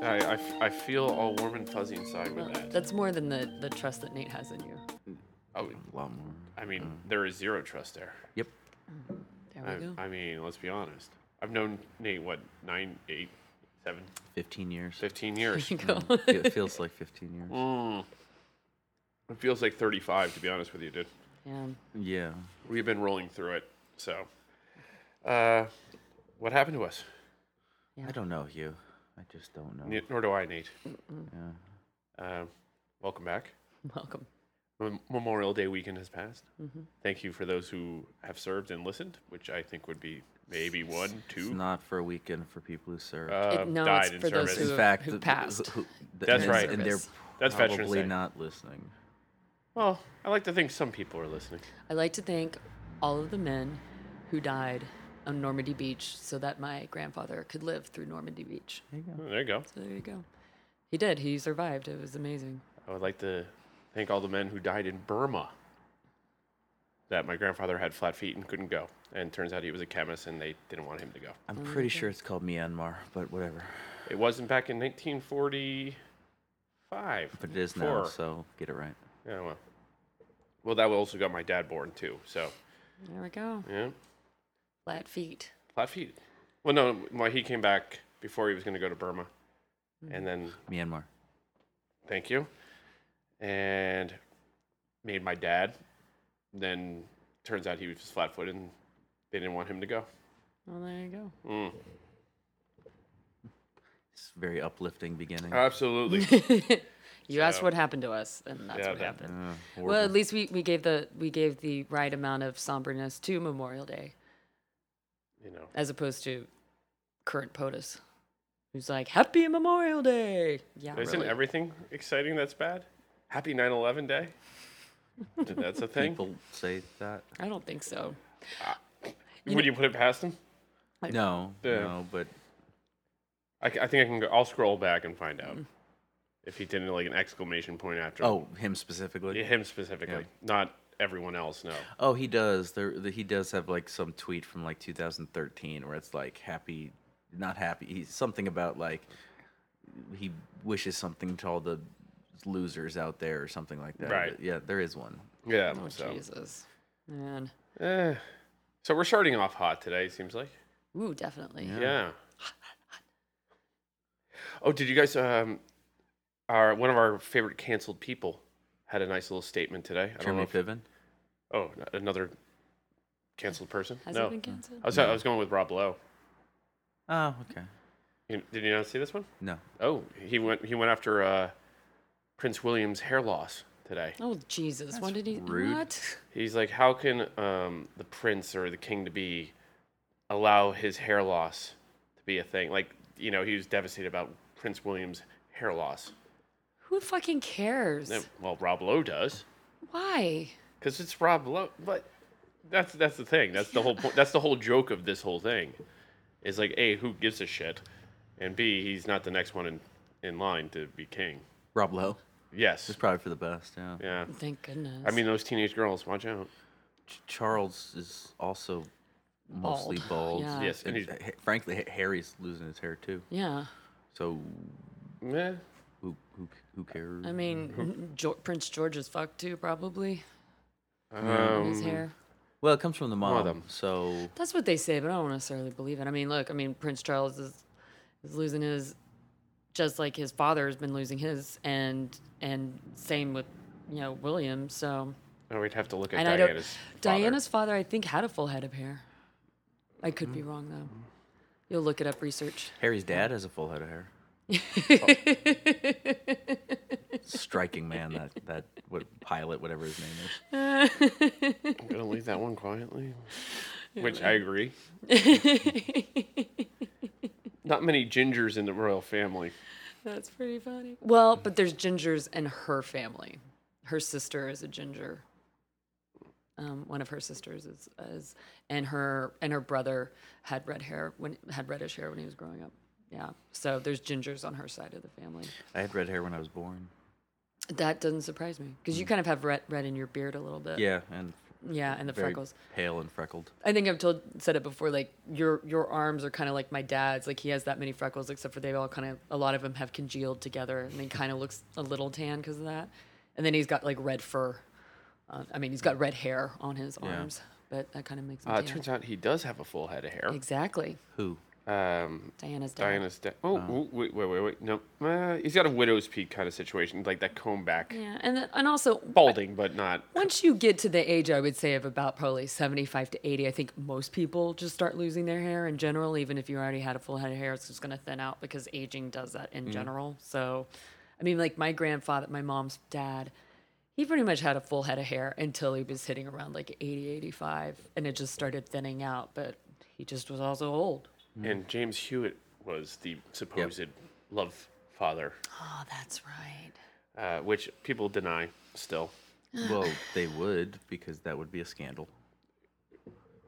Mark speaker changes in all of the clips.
Speaker 1: I, I f- I feel all warm and fuzzy inside with
Speaker 2: Well,
Speaker 1: that.
Speaker 2: that's more than the, the trust that Nate has in you.
Speaker 1: Oh,
Speaker 3: A lot more.
Speaker 1: I mean, there is zero trust there.
Speaker 3: Yep.
Speaker 2: There we go.
Speaker 1: I, I mean, let's be honest. I've known Nate, what, nine, eight, seven,
Speaker 3: 15 years.
Speaker 1: 15 years.
Speaker 2: There you go.
Speaker 3: Mm, it feels like 15 years.
Speaker 1: Mm. It feels like 35, to be honest with you, dude.
Speaker 2: yeah.
Speaker 3: Yeah.
Speaker 1: We've been rolling through it. So, uh, what happened to us?
Speaker 3: I don't know, Hugh. I just don't know.
Speaker 1: Ne- Nor do I, Nate.
Speaker 3: Yeah.
Speaker 1: Um, welcome back.
Speaker 2: Welcome.
Speaker 1: Mem- Memorial Day weekend has passed.
Speaker 2: Mm-hmm.
Speaker 1: Thank you for those who have served and listened, which I think would be maybe one,
Speaker 3: It's
Speaker 1: two.
Speaker 3: not for a weekend for people who serve.
Speaker 1: uh,
Speaker 2: no,
Speaker 1: died
Speaker 2: it's
Speaker 1: in
Speaker 2: for those
Speaker 1: service.
Speaker 3: In
Speaker 2: who-
Speaker 3: fact,
Speaker 2: who
Speaker 3: th- th-
Speaker 2: passed
Speaker 3: who- th-
Speaker 1: That's
Speaker 3: and-
Speaker 1: right.
Speaker 3: And they're
Speaker 2: Service.
Speaker 1: That's Veterans
Speaker 3: probably
Speaker 1: Day.
Speaker 3: not listening.
Speaker 1: Well, I like to think some people are listening.
Speaker 2: I'd like to thank all of the men who died on Normandy Beach so that my grandfather could live through Normandy Beach.
Speaker 1: Oh, there you go.
Speaker 2: So there you go. He did. He survived. It was amazing.
Speaker 1: I would like to thank all the men who died in Burma. That my grandfather had flat feet and couldn't go, and turns out he was a chemist, and they didn't want him to go.
Speaker 2: Oh
Speaker 3: I'm pretty sure it's called Myanmar, but whatever.
Speaker 1: It wasn't back in 1945.
Speaker 3: But it is now,
Speaker 1: Four.
Speaker 3: so get it right.
Speaker 1: Yeah, well, well, that also got my dad born too. So
Speaker 2: There we go.
Speaker 1: yeah,
Speaker 2: Flat feet.
Speaker 1: flat feet. Well, no, why he came back before he was going to go to Burma,
Speaker 3: Hmm.
Speaker 1: and then
Speaker 3: Myanmar.
Speaker 1: thank you, and made my dad. Then turns out he was flat footed, and they didn't want him to go.
Speaker 2: Well, there you go.
Speaker 1: Mm.
Speaker 3: It's a very uplifting beginning.
Speaker 1: Uh, Absolutely.
Speaker 2: You asked
Speaker 1: So-
Speaker 2: what happened to us, and that's
Speaker 1: Yeah,
Speaker 2: what
Speaker 1: that-
Speaker 2: happened.
Speaker 3: Uh,
Speaker 2: Well,
Speaker 3: horrible.
Speaker 2: at least we, we gave the we gave the right amount of somberness to Memorial Day,
Speaker 1: you know,
Speaker 2: as opposed to current POTUS, who's like Happy Memorial Day. Yeah,
Speaker 1: isn't
Speaker 2: really.
Speaker 1: everything exciting that's bad? Happy 9 11 day? that's a thing.
Speaker 3: people say that.
Speaker 2: I don't think so.
Speaker 1: Would you put it past them?
Speaker 3: No,
Speaker 1: Yeah.
Speaker 3: no, but
Speaker 1: I, c- I think I can go. I'll scroll back and find out if he did like an exclamation point after
Speaker 3: Mm. oh, him specifically.
Speaker 1: him specifically, not everyone else. No,
Speaker 3: Oh, he does. There, the, he does have like some tweet from like 2013 where it's like happy, not happy. He's something about like he wishes something to all the losers out there or something like that.
Speaker 1: Right.
Speaker 3: Yeah, there is one.
Speaker 1: yeah.
Speaker 2: Oh
Speaker 1: so,
Speaker 2: Jesus, man.
Speaker 1: eh. so we're starting off hot today. it Seems like
Speaker 2: Ooh, definitely.
Speaker 1: yeah. Oh, did you guys? Um, our one of our favorite canceled people had a nice little statement today. I don't know.
Speaker 3: Jeremy
Speaker 1: If,
Speaker 3: Piven.
Speaker 1: oh, n- another canceled person.
Speaker 2: Has
Speaker 1: no,
Speaker 2: it been canceled?
Speaker 1: I was I was going with Rob Lowe.
Speaker 3: Oh, okay.
Speaker 1: You, did you not see this one?
Speaker 3: No.
Speaker 1: Oh, he went he went after uh, Prince William's hair loss today.
Speaker 2: Oh Jesus, when did he?
Speaker 3: rude.
Speaker 2: What?
Speaker 1: He's like, how can um, the prince or the king to be allow his hair loss to be a thing? Like, you know, he was devastated about Prince William's hair loss.
Speaker 2: Who fucking cares?
Speaker 1: Eh, Well, Rob Lowe does,
Speaker 2: Why?
Speaker 1: because it's Rob Lowe. But that's that's the thing. That's the whole point. That's the whole joke of this whole thing. Is like, a who gives a shit, and b he's not the next one in in line to be king.
Speaker 3: Rob Lowe.
Speaker 1: Yes.
Speaker 3: It's probably for the best. Yeah.
Speaker 1: Yeah.
Speaker 2: Thank goodness.
Speaker 1: I mean, those teenage girls. Watch out.
Speaker 3: Ch- Charles is also mostly
Speaker 2: Bald.
Speaker 3: bald.
Speaker 2: Yeah.
Speaker 1: Yes, and
Speaker 3: And
Speaker 1: he's-
Speaker 3: ha- frankly, Ha- Harry's losing his hair too.
Speaker 2: yeah.
Speaker 3: So
Speaker 1: Meh.
Speaker 3: who who c- who cares?
Speaker 2: I mean, jo- Prince George is fucked too, probably. His
Speaker 1: Um,
Speaker 2: hair.
Speaker 3: Well, it comes from the mom.
Speaker 1: them.
Speaker 3: So
Speaker 2: That's what they say, but I don't necessarily believe it. I mean, look, I mean, Prince Charles is is losing his, just like his father has been losing his, and and same with you know William. So
Speaker 1: oh, we'd have to look at
Speaker 2: and I don't.
Speaker 1: Diana's. father.
Speaker 2: Diana's father, I think, had a full head of hair. I could
Speaker 1: Mm-hmm.
Speaker 2: be wrong though. You'll look it up, research.
Speaker 3: Harry's dad has a full head of hair. Striking man, that that what pilot, whatever his name is.
Speaker 1: gonna leave that one quietly. Which I agree. Not many gingers in the royal family.
Speaker 2: That's pretty funny. Well, but there's gingers in her family. Her sister is a ginger. Um, one of her sisters is, is, and her and her brother had red hair when had reddish hair when he was growing up. Yeah, so there's gingers on her side of the family.
Speaker 3: I had red hair when I was born.
Speaker 2: That doesn't surprise me because you kind of have red red in your beard a little bit.
Speaker 3: Mm. Yeah, and
Speaker 2: yeah, and the
Speaker 3: Very
Speaker 2: freckles.
Speaker 3: pale and freckled.
Speaker 2: I think I've told said it before. Like your your arms are kind of like my dad's. Like he has that many freckles, except for they all kind of a lot of them have congealed together, and he kind of looks a little tan because of that. And then he's got like red fur. Uh, I mean, he's got red hair on his arms, but that kind of makes him
Speaker 1: Uh, it
Speaker 2: tan.
Speaker 1: turns out he does have a full head of hair.
Speaker 2: exactly,
Speaker 3: Who?
Speaker 1: Um,
Speaker 2: Diana's dad.
Speaker 1: Diana's da- oh,
Speaker 3: Uh.
Speaker 1: oh, wait, wait, wait, wait. No, uh, he's got a widow's peak kind of situation, like that comb back,
Speaker 2: Yeah, and then, and also
Speaker 1: balding, but not.
Speaker 2: once you get to the age I would say of about probably 75 to 80, I think most people just start losing their hair in general. Even if you already had a full head of hair, it's just going to thin out because aging does that
Speaker 3: Mm-hmm.
Speaker 2: in general. So, I mean, like my grandfather, my mom's dad, he pretty much had a full head of hair until he was hitting around like 80, 85, and it just started thinning out. But he just was also old.
Speaker 3: Mm-hmm.
Speaker 1: And James Hewitt was the supposed love father,
Speaker 2: Oh, that's right.
Speaker 1: uh, which people deny still.
Speaker 3: Well, they would because that would be a scandal.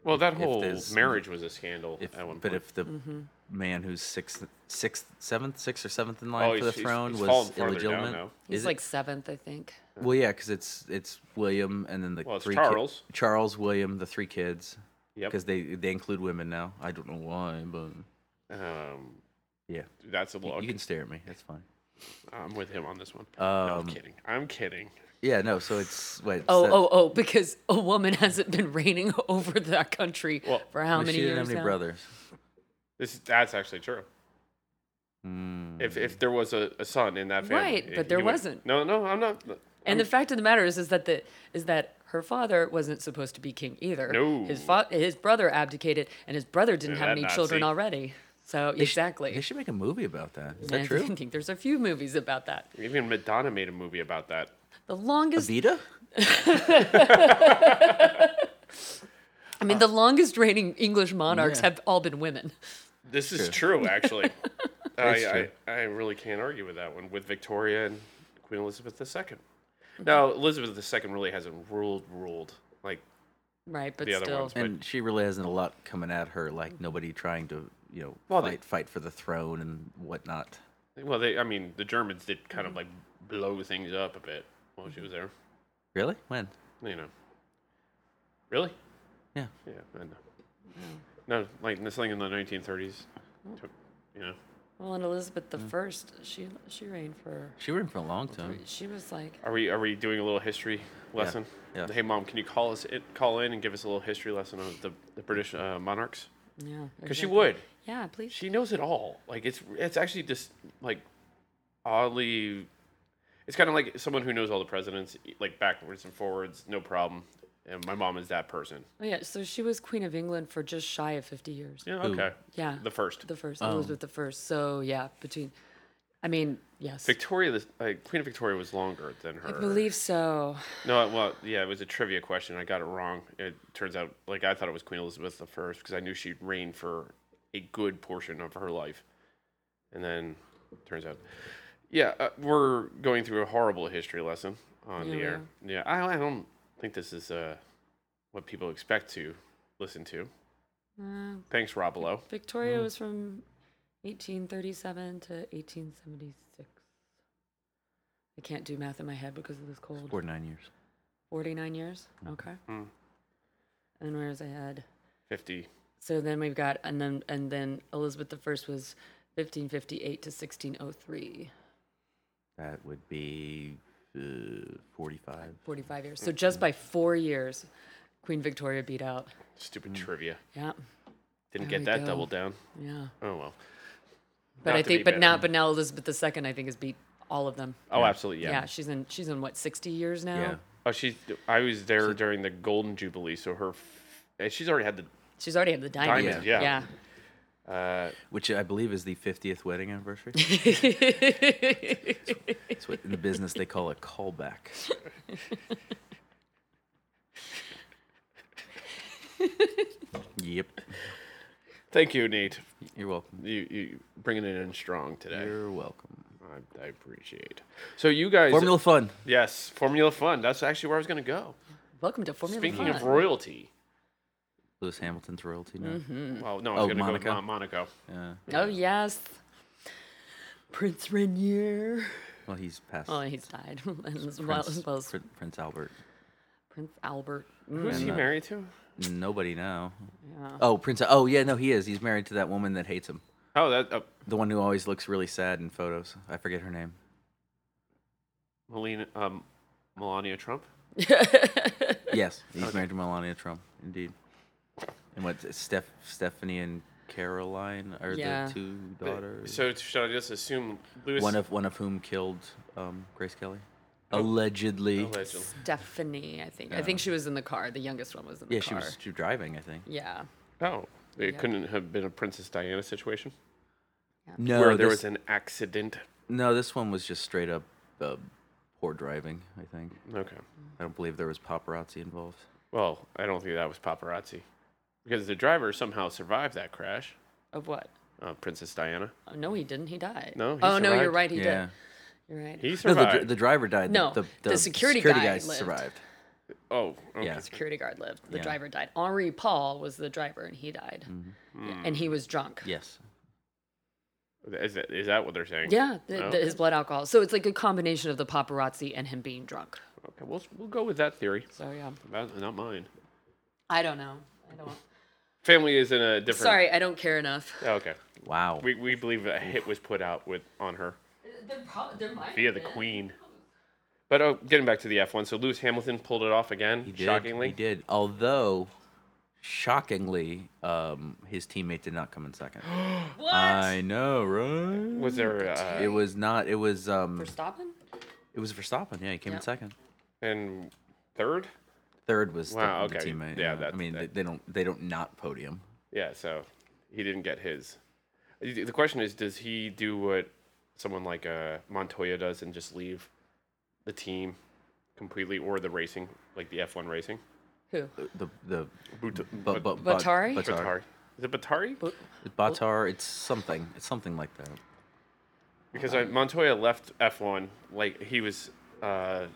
Speaker 1: Well, that whole
Speaker 3: there's-
Speaker 1: marriage was a scandal
Speaker 3: If,
Speaker 1: at one
Speaker 3: but
Speaker 1: point.
Speaker 3: if the
Speaker 2: Mm-hmm.
Speaker 3: man who's sixth, sixth, seventh, sixth or seventh in
Speaker 1: Oh,
Speaker 3: line for the
Speaker 1: he's- he's-
Speaker 3: throne
Speaker 1: he's fallen
Speaker 3: was
Speaker 1: farther down
Speaker 3: illegitimate,
Speaker 1: now.
Speaker 2: He's
Speaker 3: is it-
Speaker 2: like seventh, I think.
Speaker 3: Well, yeah, because it's it's William and then the
Speaker 1: Well, it's
Speaker 3: three
Speaker 1: Charles.
Speaker 3: ki- Charles, William, the three kids.
Speaker 1: Yep.
Speaker 3: Because they they include women now. I don't know why, but
Speaker 1: um,
Speaker 3: yeah,
Speaker 1: that's a look.
Speaker 3: you can stare at me. That's fine.
Speaker 1: I'm with him on this one. no, I'm kidding. I'm kidding.
Speaker 3: Yeah, no. So it's wait.
Speaker 2: Oh,
Speaker 3: so-
Speaker 2: oh, oh, because a woman hasn't been reigning over that country
Speaker 1: Well,
Speaker 2: for how
Speaker 3: but
Speaker 2: many
Speaker 3: she
Speaker 2: years
Speaker 3: didn't have any
Speaker 2: now?
Speaker 3: brothers.
Speaker 1: This that's actually true. If if there was a, a son in that family,
Speaker 2: Right,
Speaker 1: eh,
Speaker 2: but there
Speaker 1: he would-
Speaker 2: wasn't.
Speaker 1: No, no, I'm not.
Speaker 2: And the fact of the matter is, is that the is that her father wasn't supposed to be king either.
Speaker 1: No.
Speaker 2: his fa- his brother abdicated, and his brother didn't
Speaker 1: Yeah,
Speaker 2: have
Speaker 1: that
Speaker 2: any children
Speaker 1: Nazi.
Speaker 2: already. So
Speaker 3: They sh-
Speaker 2: exactly.
Speaker 3: They should make a movie about that. Is
Speaker 2: And
Speaker 3: that
Speaker 2: I
Speaker 3: true?
Speaker 2: think there's a few movies about that.
Speaker 1: Even Madonna made a movie about that.
Speaker 2: The longest,
Speaker 3: Vita?
Speaker 2: I mean, the longest reigning English monarchs
Speaker 3: Yeah.
Speaker 2: have all been women.
Speaker 1: This is true, actually.
Speaker 3: It's
Speaker 1: I,
Speaker 3: true.
Speaker 1: I I really can't argue with that one. With Victoria and Queen Elizabeth II. Now Elizabeth II really hasn't ruled ruled like
Speaker 2: Right, but
Speaker 1: The other
Speaker 2: still,
Speaker 1: ones, but-
Speaker 3: And she really hasn't a lot coming at her. Like nobody trying to you know
Speaker 1: Well, they-
Speaker 3: fight fight for the throne and whatnot.
Speaker 1: well they I mean the Germans did kind
Speaker 2: Mm-hmm.
Speaker 1: of like blow things up a bit while she was there.
Speaker 3: Really? When?
Speaker 1: You know. Really?
Speaker 3: Yeah.
Speaker 1: Yeah, I know. No, like this thing in the 1930s. Took, you know,
Speaker 2: well, and Elizabeth the First, she she reigned for.
Speaker 3: She reigned for a long time.
Speaker 2: She was like,
Speaker 1: are we are we doing a little history lesson?
Speaker 3: yeah.
Speaker 1: Hey, mom, can you call us it, call in and give us a little history lesson on the, the British uh, monarchs?
Speaker 2: yeah,
Speaker 1: Because she
Speaker 2: exactly.
Speaker 1: would.
Speaker 2: Yeah, please.
Speaker 1: She knows it all. Like it's it's actually just like oddly. It's kind of like someone who knows all the presidents, e, like backwards and forwards, no problem. And my mom is that person.
Speaker 2: Oh, yeah, so she was Queen of England for just shy of 50 years.
Speaker 1: Yeah. Okay.
Speaker 2: Yeah.
Speaker 1: The first.
Speaker 2: The first, Elizabeth the first. So, yeah, between, I mean, yes.
Speaker 1: Victoria, the like, Queen of Victoria was longer than her.
Speaker 2: I believe so.
Speaker 1: No, well, yeah, it was a trivia question. I got it wrong. It turns out, like, I thought it was Queen Elizabeth I because I knew she'd reigned for a good portion of her life, and then turns out, yeah, uh, we're going through a horrible history lesson on
Speaker 2: Yeah,
Speaker 1: the
Speaker 2: we
Speaker 1: air. Yeah, I, I don't think this is uh, what people expect to listen to.
Speaker 2: Uh,
Speaker 1: Thanks, Robelo.
Speaker 2: Victoria was from 1837 to 1876. I can't do math in my head because of this cold.
Speaker 3: Four nine years.
Speaker 2: 49 years? Okay. And where's I had?
Speaker 1: Fifty.
Speaker 2: So then we've got, and then, and then Elizabeth the first was 1558 to 1603.
Speaker 3: That would be uh, 45.
Speaker 2: 45 years. So just by four years, Queen Victoria beat out.
Speaker 1: Stupid trivia.
Speaker 2: Yeah,
Speaker 1: Didn't
Speaker 2: Mm.
Speaker 1: get
Speaker 2: There we
Speaker 1: that
Speaker 2: go.
Speaker 1: double down.
Speaker 2: yeah.
Speaker 1: Oh well.
Speaker 2: But
Speaker 1: Not
Speaker 2: I
Speaker 1: to be
Speaker 2: think, but now,
Speaker 1: better.
Speaker 2: but now Elizabeth II, I think, has beat all of them.
Speaker 1: Oh, absolutely.
Speaker 2: Yeah, she's in, she's in what 60 years now.
Speaker 3: Yeah.
Speaker 1: Oh, she's. I was there during the Golden Jubilee, so her. f- eh, She's already had the
Speaker 2: She's already had the diamond.
Speaker 1: diamond.
Speaker 2: Yeah.
Speaker 1: Yeah. Uh,
Speaker 3: Which I believe is the 50th wedding anniversary. That's what in the business they call a callback. yep.
Speaker 1: thank you, Nate.
Speaker 3: You're welcome.
Speaker 1: You you bringing it in strong today.
Speaker 3: You're welcome.
Speaker 1: I, I appreciate. So you guys.
Speaker 3: Formula Fun.
Speaker 1: Yes, Formula Fun. That's actually where I was going to go.
Speaker 2: Welcome to Formula
Speaker 1: Speaking
Speaker 2: One.
Speaker 1: of royalty.
Speaker 3: Lewis Hamilton's royalty now.
Speaker 1: Well, no, I was
Speaker 3: Oh,
Speaker 1: going to go with
Speaker 3: Monaco?
Speaker 1: Mon- Monaco.
Speaker 3: Yeah.
Speaker 2: oh yes, Prince Rainier.
Speaker 3: Well, he's passed.
Speaker 2: Oh, he's died. as well
Speaker 3: Prince,
Speaker 2: as well as
Speaker 3: Prin- Prince Albert.
Speaker 2: Prince Albert. Mm,
Speaker 1: Who's
Speaker 3: And,
Speaker 1: he
Speaker 3: uh,
Speaker 1: married to?
Speaker 3: Nobody now.
Speaker 2: Yeah.
Speaker 3: Oh, Prince. Oh, yeah, no, he is. He's married to that woman that hates him.
Speaker 1: Oh, that uh,
Speaker 3: The one who always looks really sad in photos. I forget her name.
Speaker 1: Melina, um, Melania Trump.
Speaker 3: Yes, he's married to Melania Trump, indeed. And what? Steph, Stephanie, and Caroline are
Speaker 2: Yeah.
Speaker 3: the two
Speaker 1: But-
Speaker 3: daughters.
Speaker 1: So should I just assume Lewis?
Speaker 3: one of one of whom killed um, Grace Kelly,
Speaker 1: Oh.
Speaker 3: allegedly.
Speaker 1: allegedly.
Speaker 2: Stephanie, I think. I think she was in the car. The youngest one was in the
Speaker 3: Yeah,
Speaker 2: car.
Speaker 3: she was she was driving, I think.
Speaker 2: Yeah.
Speaker 1: Oh, it couldn't have been a Princess Diana situation
Speaker 3: No,
Speaker 1: where there was
Speaker 3: this,
Speaker 1: an accident.
Speaker 3: no, this one was just straight up uh, poor driving. I think.
Speaker 1: Okay.
Speaker 3: I don't believe there was paparazzi involved.
Speaker 1: Well, I don't think that was paparazzi, because the driver somehow survived that crash.
Speaker 2: Of what?
Speaker 1: Uh, Princess Diana.
Speaker 2: Oh, no, he didn't. He died.
Speaker 1: No, he
Speaker 2: oh no, you're
Speaker 1: survived.
Speaker 2: right. He
Speaker 3: yeah.
Speaker 2: did. You're right.
Speaker 1: He
Speaker 3: No, the,
Speaker 1: survived.
Speaker 3: dr- the driver died.
Speaker 2: No,
Speaker 3: the,
Speaker 2: the security guy lived.
Speaker 3: survived.
Speaker 1: oh, okay.
Speaker 3: Yeah.
Speaker 2: Security guard lived. The
Speaker 3: Yeah.
Speaker 2: driver died. Henri Paul was the driver, and he died.
Speaker 1: Hmm.
Speaker 2: Yeah, and he was drunk.
Speaker 3: Yes.
Speaker 1: Is that, is that what they're saying?
Speaker 2: Yeah, the,
Speaker 1: Oh.
Speaker 2: the, his blood alcohol. So it's like a combination of the paparazzi and him being drunk.
Speaker 1: Okay, we'll we'll go with that theory.
Speaker 2: So yeah,
Speaker 1: That- not mine.
Speaker 2: I don't know. I don't.
Speaker 1: Family is in a different.
Speaker 2: Sorry, I don't care enough.
Speaker 1: Oh, okay.
Speaker 3: Wow.
Speaker 1: We we believe a hit was put out with on her
Speaker 2: There, pro- there might
Speaker 1: via the Queen. But oh, getting back to the F1, so Lewis Hamilton pulled it off again,
Speaker 3: He did.
Speaker 1: shockingly.
Speaker 3: He did. Although, shockingly, um, his teammate did not come in second.
Speaker 2: What?
Speaker 3: I know, right?
Speaker 1: Was there uh,
Speaker 3: It was not. It was. Um,
Speaker 2: For stopping?
Speaker 3: it was Verstappen. Yeah, he came
Speaker 2: Yeah.
Speaker 3: in second.
Speaker 1: and third?
Speaker 3: Third was the-
Speaker 1: Wow,
Speaker 3: the,
Speaker 1: okay.
Speaker 3: teammate.
Speaker 1: Yeah,
Speaker 3: Yeah,
Speaker 1: that-
Speaker 3: I mean,
Speaker 1: that-
Speaker 3: they, they don't. They don't not podium.
Speaker 1: Yeah, so he didn't get his. The question is, does he do what someone like uh, Montoya does and just leave the team completely, or the racing, like the F1 racing?
Speaker 2: Who?
Speaker 3: The the
Speaker 1: But,
Speaker 3: but, but,
Speaker 2: Batari?
Speaker 3: Batar.
Speaker 1: Is it Batari?
Speaker 3: Batar. It's something. It's something like that.
Speaker 1: Because uh, Montoya left F1 like he was uh,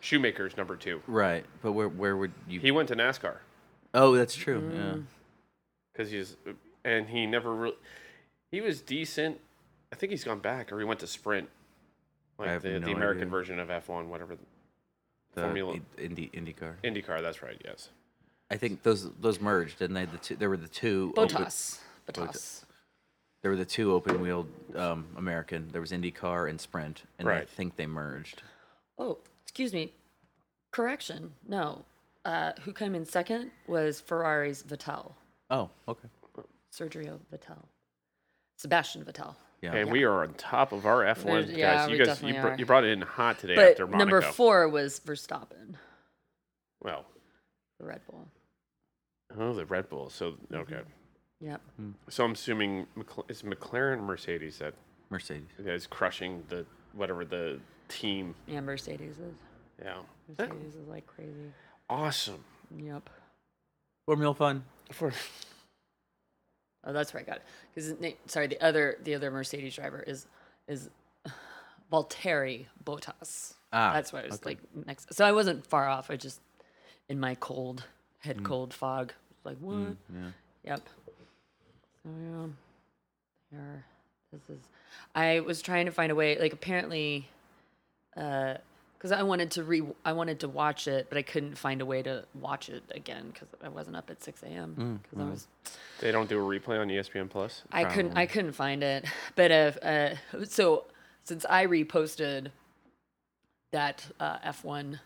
Speaker 1: Shoemaker's number two.
Speaker 3: Right. But where where would you?
Speaker 1: He Mm. went to NASCAR
Speaker 3: oh, that's true. Yeah.
Speaker 1: because he's and he never really he was decent. I think he's gone back or he went to Sprint, like
Speaker 3: have
Speaker 1: the,
Speaker 3: no
Speaker 1: the American
Speaker 3: idea.
Speaker 1: version of F1, whatever.
Speaker 3: The
Speaker 1: Formula-
Speaker 3: in- Indy IndyCar.
Speaker 1: IndyCar, that's right. Yes.
Speaker 3: I think those those merged, didn't they? The two, there were the two. Open,
Speaker 2: Botas. Botas.
Speaker 3: there were the two open wheeled um, American. There was IndyCar and Sprint, and I
Speaker 1: Right.
Speaker 3: think they merged.
Speaker 2: Oh, excuse me. Correction. No. Uh, who came in second was Ferrari's Vettel,
Speaker 3: Oh, okay.
Speaker 2: Sergio Vettel, Sebastian Vettel.
Speaker 3: Yeah.
Speaker 1: And we are on top of our F1
Speaker 2: There's- yeah,
Speaker 1: guys.
Speaker 2: we
Speaker 1: You guys,
Speaker 2: definitely
Speaker 1: you, br-
Speaker 2: are.
Speaker 1: you brought it in hot today
Speaker 2: But
Speaker 1: after Monaco.
Speaker 2: number four was Verstappen,
Speaker 1: Well,
Speaker 2: the Red Bull.
Speaker 1: oh, the Red Bull. So
Speaker 2: Mm-hmm.
Speaker 1: okay.
Speaker 2: Yep.
Speaker 1: So I'm assuming McL- it's McLaren, or Mercedes that
Speaker 3: Mercedes.
Speaker 1: that is crushing the whatever the team.
Speaker 2: Yeah, Mercedes is.
Speaker 1: Yeah. That-
Speaker 2: Mercedes is like crazy.
Speaker 1: awesome.
Speaker 2: Yep.
Speaker 3: Formula Fun.
Speaker 1: For
Speaker 2: Oh, that's where I got it. Because sorry, the other the other Mercedes driver is is Valtteri Bottas.
Speaker 3: Ah,
Speaker 2: that's why I was like next. So I wasn't far off. I just in my cold head
Speaker 1: Hmm.
Speaker 2: cold fog. Like what?
Speaker 3: yeah.
Speaker 2: Yep. So yeah, here this is. I was trying to find a way. Like apparently, because I wanted to re I wanted to watch it, but I couldn't find a way to watch it again because I wasn't up at six a.m. because I was
Speaker 1: they don't do a replay on E ESPN Plus.
Speaker 2: I couldn't I couldn't find it. But if uh, so since I reposted that uh, F1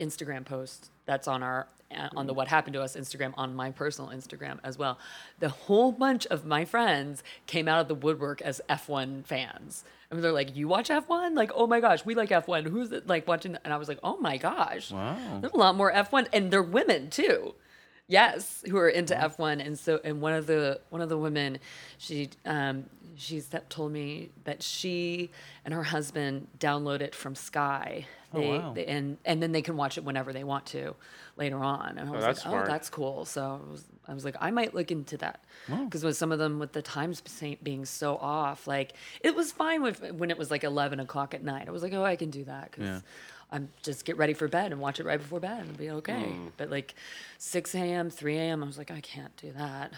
Speaker 2: Instagram post that's on our uh, on the what happened to us Instagram on my personal Instagram as well. The whole bunch of my friends came out of the woodwork as F1 fans. And they're like, "You watch F1? Like, oh my gosh, we like F1. Who's it like watching?" And I was like, "Oh my gosh."
Speaker 3: Wow.
Speaker 2: There's a lot more F1 and they're women too. Yes, who are into F1 and so and one of the one of the women she um she's that told me that she and her husband download it from Sky. They,
Speaker 3: wow.
Speaker 2: they- and and then they can watch it whenever they want to later on. And I was
Speaker 1: that's
Speaker 2: like,
Speaker 1: smart.
Speaker 2: "Oh, that's cool." So I was, I was like, "I might look into that." Cuz with some of them with the times sa- being so off, like it was fine with when it was like 11 o'clock at night. I was like, "Oh, I can do that." Cuz
Speaker 3: Yeah.
Speaker 2: I'm just get ready for bed and watch it right before bed and be okay. But like 6 a.m., 3 a.m., I was like, I can't do that.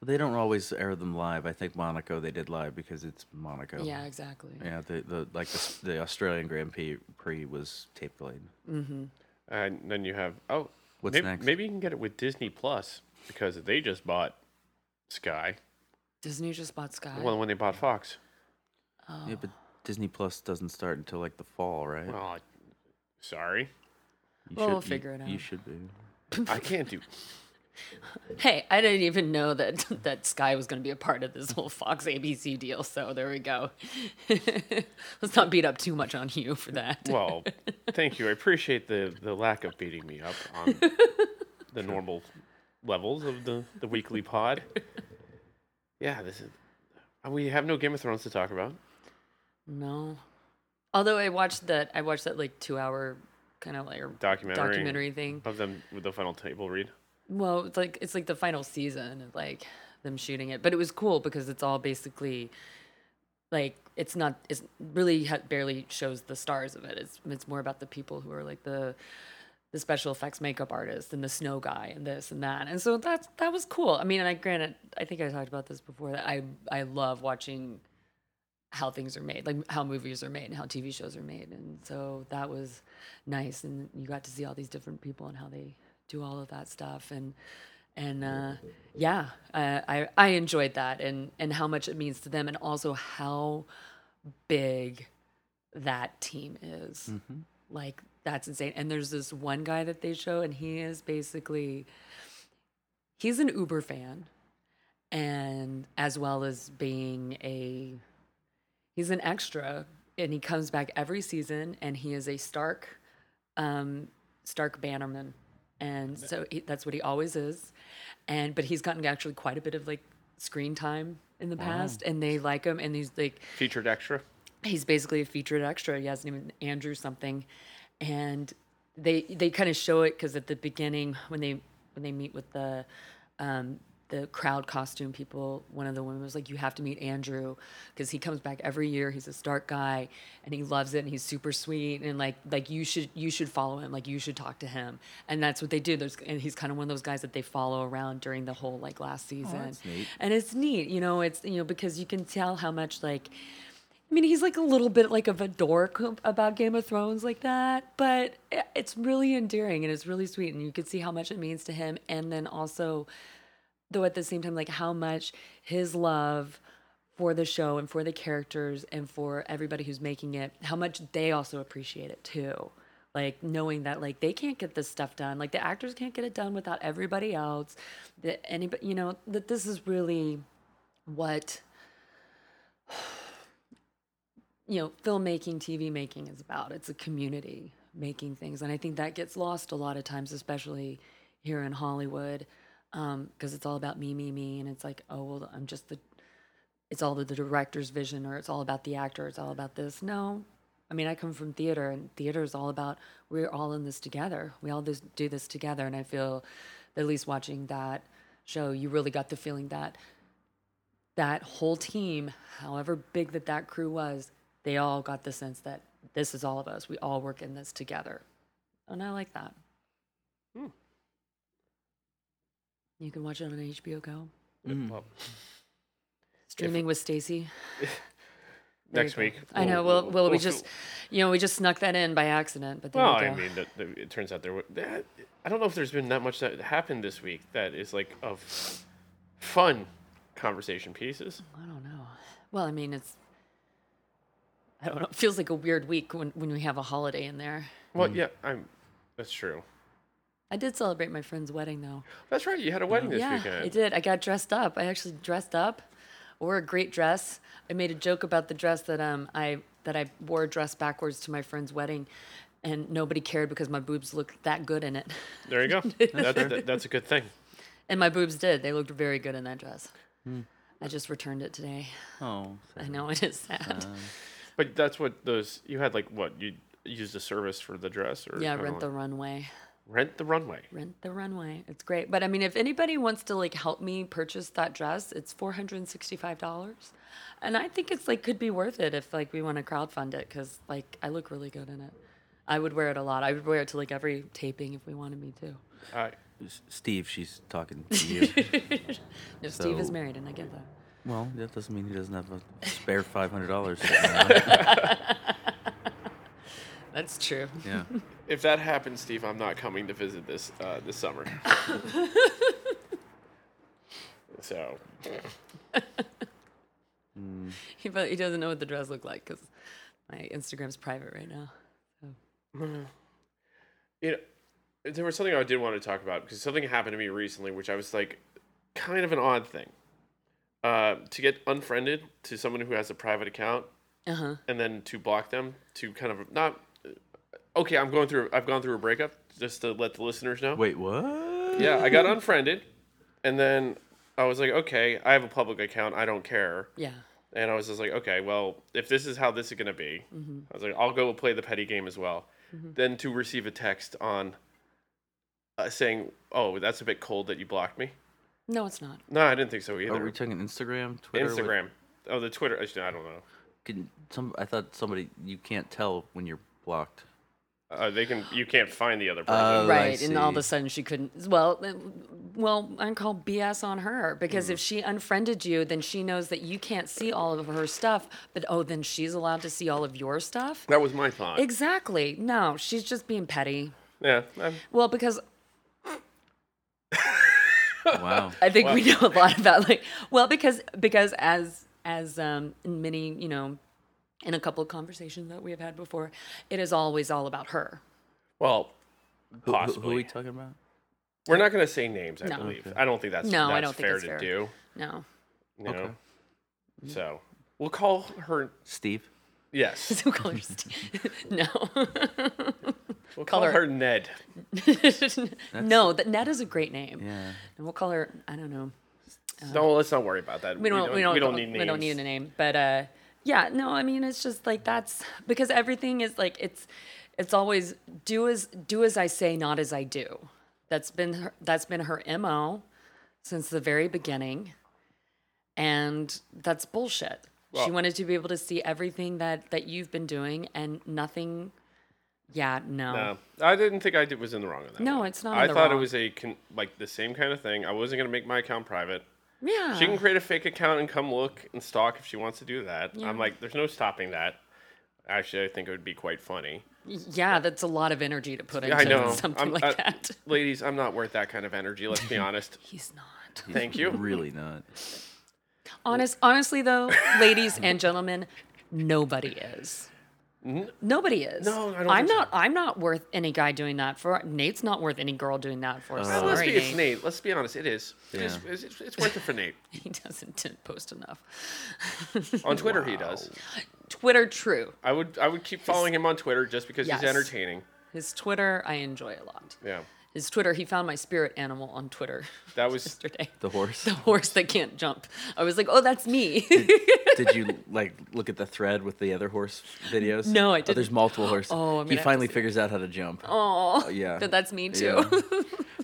Speaker 3: Well, They don't always air them live. I think Monaco they did live because it's Monaco.
Speaker 2: Yeah, exactly.
Speaker 3: Oh. Yeah, the, the like the, s- the Australian Grand Prix- Prix was tape delayed.
Speaker 1: And then you have oh,
Speaker 3: What's
Speaker 1: maybe,
Speaker 3: next?
Speaker 1: Maybe you can get it with Disney Plus because they just bought Sky.
Speaker 2: Disney just bought Sky.
Speaker 1: Well, when they bought Fox,
Speaker 2: Oh.
Speaker 3: Yeah, but Disney Plus doesn't start until like the fall, right?
Speaker 1: oh, sorry,
Speaker 3: You
Speaker 2: Well,
Speaker 3: should-
Speaker 2: we'll
Speaker 3: you-
Speaker 2: figure it
Speaker 3: You
Speaker 2: out.
Speaker 3: should be.
Speaker 1: I can't do.
Speaker 2: hey, I didn't even know that that Sky was going to be a part of this whole Fox ABC deal. So there we go. Let's not beat up too much on you for that.
Speaker 1: Well, thank you. I appreciate the the lack of beating me up on the normal levels of the the weekly pod. Yeah, this is. uh, We have no Game of Thrones to talk about.
Speaker 2: No. Although I watched that, I watched that like two hour kind of like or
Speaker 1: Documentary.
Speaker 2: documentary thing.
Speaker 1: Of them with the final table read.
Speaker 2: Well, it's like it's like the final season of like them shooting it, but it was cool because it's all basically like it's not it's really ha- barely shows the stars of it. It's it's more about the people who are like the the special effects makeup artist and the snow guy and this and that. And so that's that was cool. I mean, and I granted, I think I talked about this before that I I love watching how things are made, like how movies are made and how TV shows are made. And so that was nice. And you got to see all these different people and how they do all of that stuff. And and uh, yeah, I, I I enjoyed that and and how much it means to them, and also how big that team is. Like that's insane. And there's this one guy that they show, and he is basically he's an Uber fan, and as well as being a he's an extra, and he comes back every season, and he is a Stark um, Stark Bannerman, and so he, that's what he always is. And but he's gotten actually quite a bit of like screen time in the past, and they like him, and he's like
Speaker 1: Featured extra.
Speaker 2: he's basically a featured extra. He has an name Andrew something, and they they kind of show it because at the beginning when they when they meet with the um, the crowd costume people, one of the women was like, "You have to meet Andrew because he comes back every year. He's a Stark guy, and he loves it, and he's super sweet, and like like you should you should follow him, like you should talk to him." And that's what they do. There's and he's kind of one of those guys that they follow around during the whole like last season, and it's neat, you know. It's you know because you can tell how much like. I mean, he's like a little bit like of a dork about Game of Thrones like that, but i- it's really endearing and it's really sweet, and you can see how much it means to him. And then also, though, at the same time, like how much his love for the show and for the characters and for everybody who's making it, how much they also appreciate it too. Like knowing that like they can't get this stuff done, like the actors can't get it done without everybody else. That anybody, you know, that this is really what you know filmmaking tv making is about it's a community making things and i think that gets lost a lot of times especially here in hollywood because it's all about me me me and it's like oh well i'm just the it's all the director's vision or it's all about the actor it's all about this no i mean i come from theater and theater is all about we're all in this together we all this, do this together and i feel that at least watching that show you really got the feeling that that whole team, however big that that crew was, they all got the sense that this is all of us. We all work in this together. And I like that.
Speaker 1: Hmm.
Speaker 2: You can watch it on HBO Go. Mm.
Speaker 1: Well,
Speaker 2: Streaming with Stacy. There
Speaker 1: next
Speaker 2: you go.
Speaker 1: week.
Speaker 2: I know.
Speaker 1: we'll-
Speaker 2: Well, well, we
Speaker 1: we'll-
Speaker 2: just, you know, we just snuck that in by accident. But there
Speaker 1: Well,
Speaker 2: you go.
Speaker 1: I mean, that, that- it turns out there. wa- That, I don't know if there's been that much that happened this week that is like of fun conversation pieces.
Speaker 2: I don't know. Well, I mean, it's. I don't know. It feels like a weird week when, when we have a holiday in there.
Speaker 1: Well, yeah, I'm. That's true.
Speaker 2: I did celebrate my friend's wedding though.
Speaker 1: That's right. You had a wedding this
Speaker 2: yeah,
Speaker 1: weekend.
Speaker 2: I did. I got dressed up. I actually dressed up, wore a great dress. I made a joke about the dress that um I that I wore a dress backwards to my friend's wedding, and nobody cared because my boobs looked that good in it,
Speaker 1: There you go. That's, that, that's a good thing.
Speaker 2: and my boobs did. They looked very good in that dress.
Speaker 1: Hmm.
Speaker 2: I just returned it today.
Speaker 3: Oh,
Speaker 2: I know it is sad.
Speaker 1: Uh, But that's what those. You had like what you used a service for the dress or
Speaker 2: yeah,
Speaker 1: kinda
Speaker 2: rent the
Speaker 1: like-
Speaker 2: runway.
Speaker 1: rent the runway.
Speaker 2: Rent the runway. It's great. But I mean, if anybody wants to like help me purchase that dress, it's four hundred and sixty-five dollars, and I think it's like could be worth it if like we want to crowdfund it because like I look really good in it. I would wear it a lot. I would wear it to like every taping if we wanted me to.
Speaker 1: I
Speaker 3: S- Steve, she's talking to you.
Speaker 2: No, Steve is
Speaker 3: So-
Speaker 2: married, and I get that.
Speaker 3: well, that doesn't mean he doesn't have a spare five hundred dollars.
Speaker 2: That's true.
Speaker 3: yeah.
Speaker 1: If that happens, Steve, I'm not coming to visit this uh, this summer. so
Speaker 2: He, but he doesn't know what the dress looked like because my Instagram's private right now.
Speaker 1: you know, there was something I did want to talk about because something happened to me recently, which I was like, kind of an odd thing. Uh, to get unfriended to someone who has a private account,
Speaker 2: Uh-huh.
Speaker 1: and then to block them to kind of not. Okay, I'm going through. I've gone through a breakup. Just to let the listeners know.
Speaker 3: Wait, what?
Speaker 1: Yeah, I got unfriended, and then I was like, okay, I have a public account. I don't care.
Speaker 2: Yeah.
Speaker 1: And I was just like, okay, well, if this is how this is going to be,
Speaker 3: Mm-hmm.
Speaker 1: I was like, I'll go play the petty game as well. Then to receive a text on uh, saying, oh, that's a bit cold that you blocked me.
Speaker 2: No, it's not.
Speaker 1: No, I didn't think so either.
Speaker 3: Are Oh, we talking Instagram, Twitter? what-
Speaker 1: Instagram. Oh, the Twitter. Actually, I don't know.
Speaker 3: Can, some, I thought somebody you can't tell when you're blocked.
Speaker 1: Uh, they can. You can't find the other person.
Speaker 3: Oh, I
Speaker 2: right. And all of
Speaker 3: see.
Speaker 2: a sudden she couldn't. Well, uh, well, I call BS on her because
Speaker 3: Mm.
Speaker 2: if she unfriended you, then she knows that you can't see all of her stuff. But oh, then she's allowed to see all of your stuff.
Speaker 1: that was my thought.
Speaker 2: Exactly. No, she's just being petty.
Speaker 1: yeah. I'm-
Speaker 2: Well, because
Speaker 3: Wow.
Speaker 2: I think we know a lot about like well because because as as um in many you know in a couple of conversations that we have had before it is always all about her
Speaker 1: well,
Speaker 3: Who- who, who, are
Speaker 1: possibly.
Speaker 3: we talking about?
Speaker 1: we're not going to say names. I
Speaker 2: No.
Speaker 1: believe. I don't think that's
Speaker 2: No, I
Speaker 1: that's
Speaker 2: don't think
Speaker 1: fair
Speaker 2: it's
Speaker 1: to
Speaker 2: fair. Mm-hmm.
Speaker 1: do.
Speaker 2: no
Speaker 1: You know. So we'll call her.
Speaker 3: Steve.
Speaker 1: Yes.
Speaker 2: so call her Steve. no
Speaker 1: We'll call
Speaker 2: her-
Speaker 1: her Ned.
Speaker 2: no that Ned is a great name
Speaker 3: Yeah.
Speaker 2: and we'll call her I don't know
Speaker 1: No, let's not worry about that.
Speaker 2: Uh-huh. we don't we don't
Speaker 1: need names.
Speaker 2: we don't need a name but uh yeah no i mean it's just like that's because everything is like it's it's always do as do as i say not as i do that's been her, that's been her mo since the very beginning and that's bullshit she
Speaker 1: Well-
Speaker 2: wanted to be able to see everything that that you've been doing and nothing yeah no
Speaker 1: No, Uh, I didn't think I did, was in the wrong on that.
Speaker 2: No,
Speaker 1: one.
Speaker 2: it's not in
Speaker 1: I
Speaker 2: the
Speaker 1: thought
Speaker 2: wrong.
Speaker 1: it was a con- like the same kind of thing. I wasn't gonna make my account private.
Speaker 2: yeah
Speaker 1: She can create a fake account and come look and stalk if she wants to do that. I'm like, there's no stopping that. Actually, I think it would be quite funny.
Speaker 2: yeah that's a lot of energy to put into
Speaker 1: I know.
Speaker 2: something
Speaker 1: I'm-
Speaker 2: like
Speaker 1: I-
Speaker 2: that
Speaker 1: Ladies, I'm not worth that kind of energy. Let's be honest.
Speaker 2: he's not
Speaker 1: Thank you.
Speaker 3: Really not.
Speaker 2: Honest, honestly though, ladies and gentlemen, nobody is. Nobody is.
Speaker 1: No, I don't
Speaker 2: am
Speaker 1: think so.
Speaker 2: not. I'm not worth any guy doing that for. Nate's not worth any girl doing that for.
Speaker 1: Well, let's Uh,
Speaker 2: Sorry,
Speaker 1: be it's
Speaker 2: Nate.
Speaker 1: Nate. Let's be honest. It is. It is-
Speaker 3: Yeah.
Speaker 1: it's, it's, it's worth it for Nate.
Speaker 2: He doesn't t- post enough.
Speaker 1: On Twitter, he does.
Speaker 2: Twitter, true.
Speaker 1: I would I would keep following him on Twitter just because
Speaker 2: Yes.
Speaker 1: he's entertaining.
Speaker 2: His Twitter, I enjoy a lot.
Speaker 1: Yeah,
Speaker 2: His Twitter, he found my spirit animal on Twitter
Speaker 1: that was
Speaker 2: yesterday.
Speaker 3: The horse.
Speaker 2: The horse that can't jump. I was like, oh, that's me.
Speaker 3: Did you like look at the thread with the other horse videos?
Speaker 2: No, I
Speaker 3: Oh, there's
Speaker 2: didn't.
Speaker 3: multiple horses.
Speaker 2: Oh, I'm gonna
Speaker 3: he
Speaker 2: have to
Speaker 3: finally figures out how to jump.
Speaker 2: oh,
Speaker 3: yeah.
Speaker 2: That- that's me too.
Speaker 3: Yeah.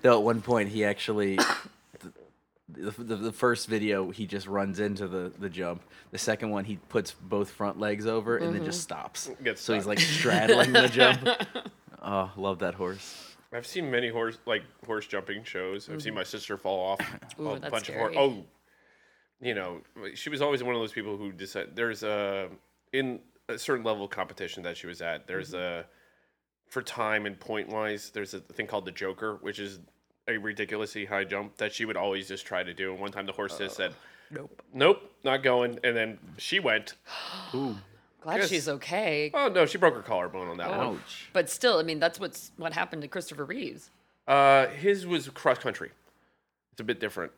Speaker 3: Though at one point he actually, the, the, the, the first video he just runs into the, the jump. The second one he puts both front legs over and then
Speaker 2: Mm-hmm.
Speaker 3: just stops.
Speaker 1: Gets
Speaker 3: so he's
Speaker 1: stuck.
Speaker 3: like straddling the jump. Oh, love that horse.
Speaker 1: I've seen many horse like horse jumping shows. I've seen my sister fall off
Speaker 2: Mm-hmm. Ooh,
Speaker 1: a
Speaker 2: that's
Speaker 1: bunch of horse.
Speaker 2: scary.
Speaker 1: Oh, you know, she was always one of those people who decide. There's a in a certain level of competition that she was at. There's
Speaker 2: Mm-hmm.
Speaker 1: a for time and point wise. There's a thing called the Joker, which is a ridiculously high jump that she would always just try to do. And one time the horse just said,
Speaker 2: Uh, Nope.
Speaker 1: "Nope, not going," and then she went.
Speaker 2: Glad
Speaker 1: Yes.
Speaker 2: she's okay.
Speaker 1: Oh no, she broke her collarbone on that
Speaker 2: Oh.
Speaker 1: one.
Speaker 3: Ouch.
Speaker 2: But still, I mean, that's what's what happened to Christopher Reeves.
Speaker 1: Uh, his was cross country. It's a bit different.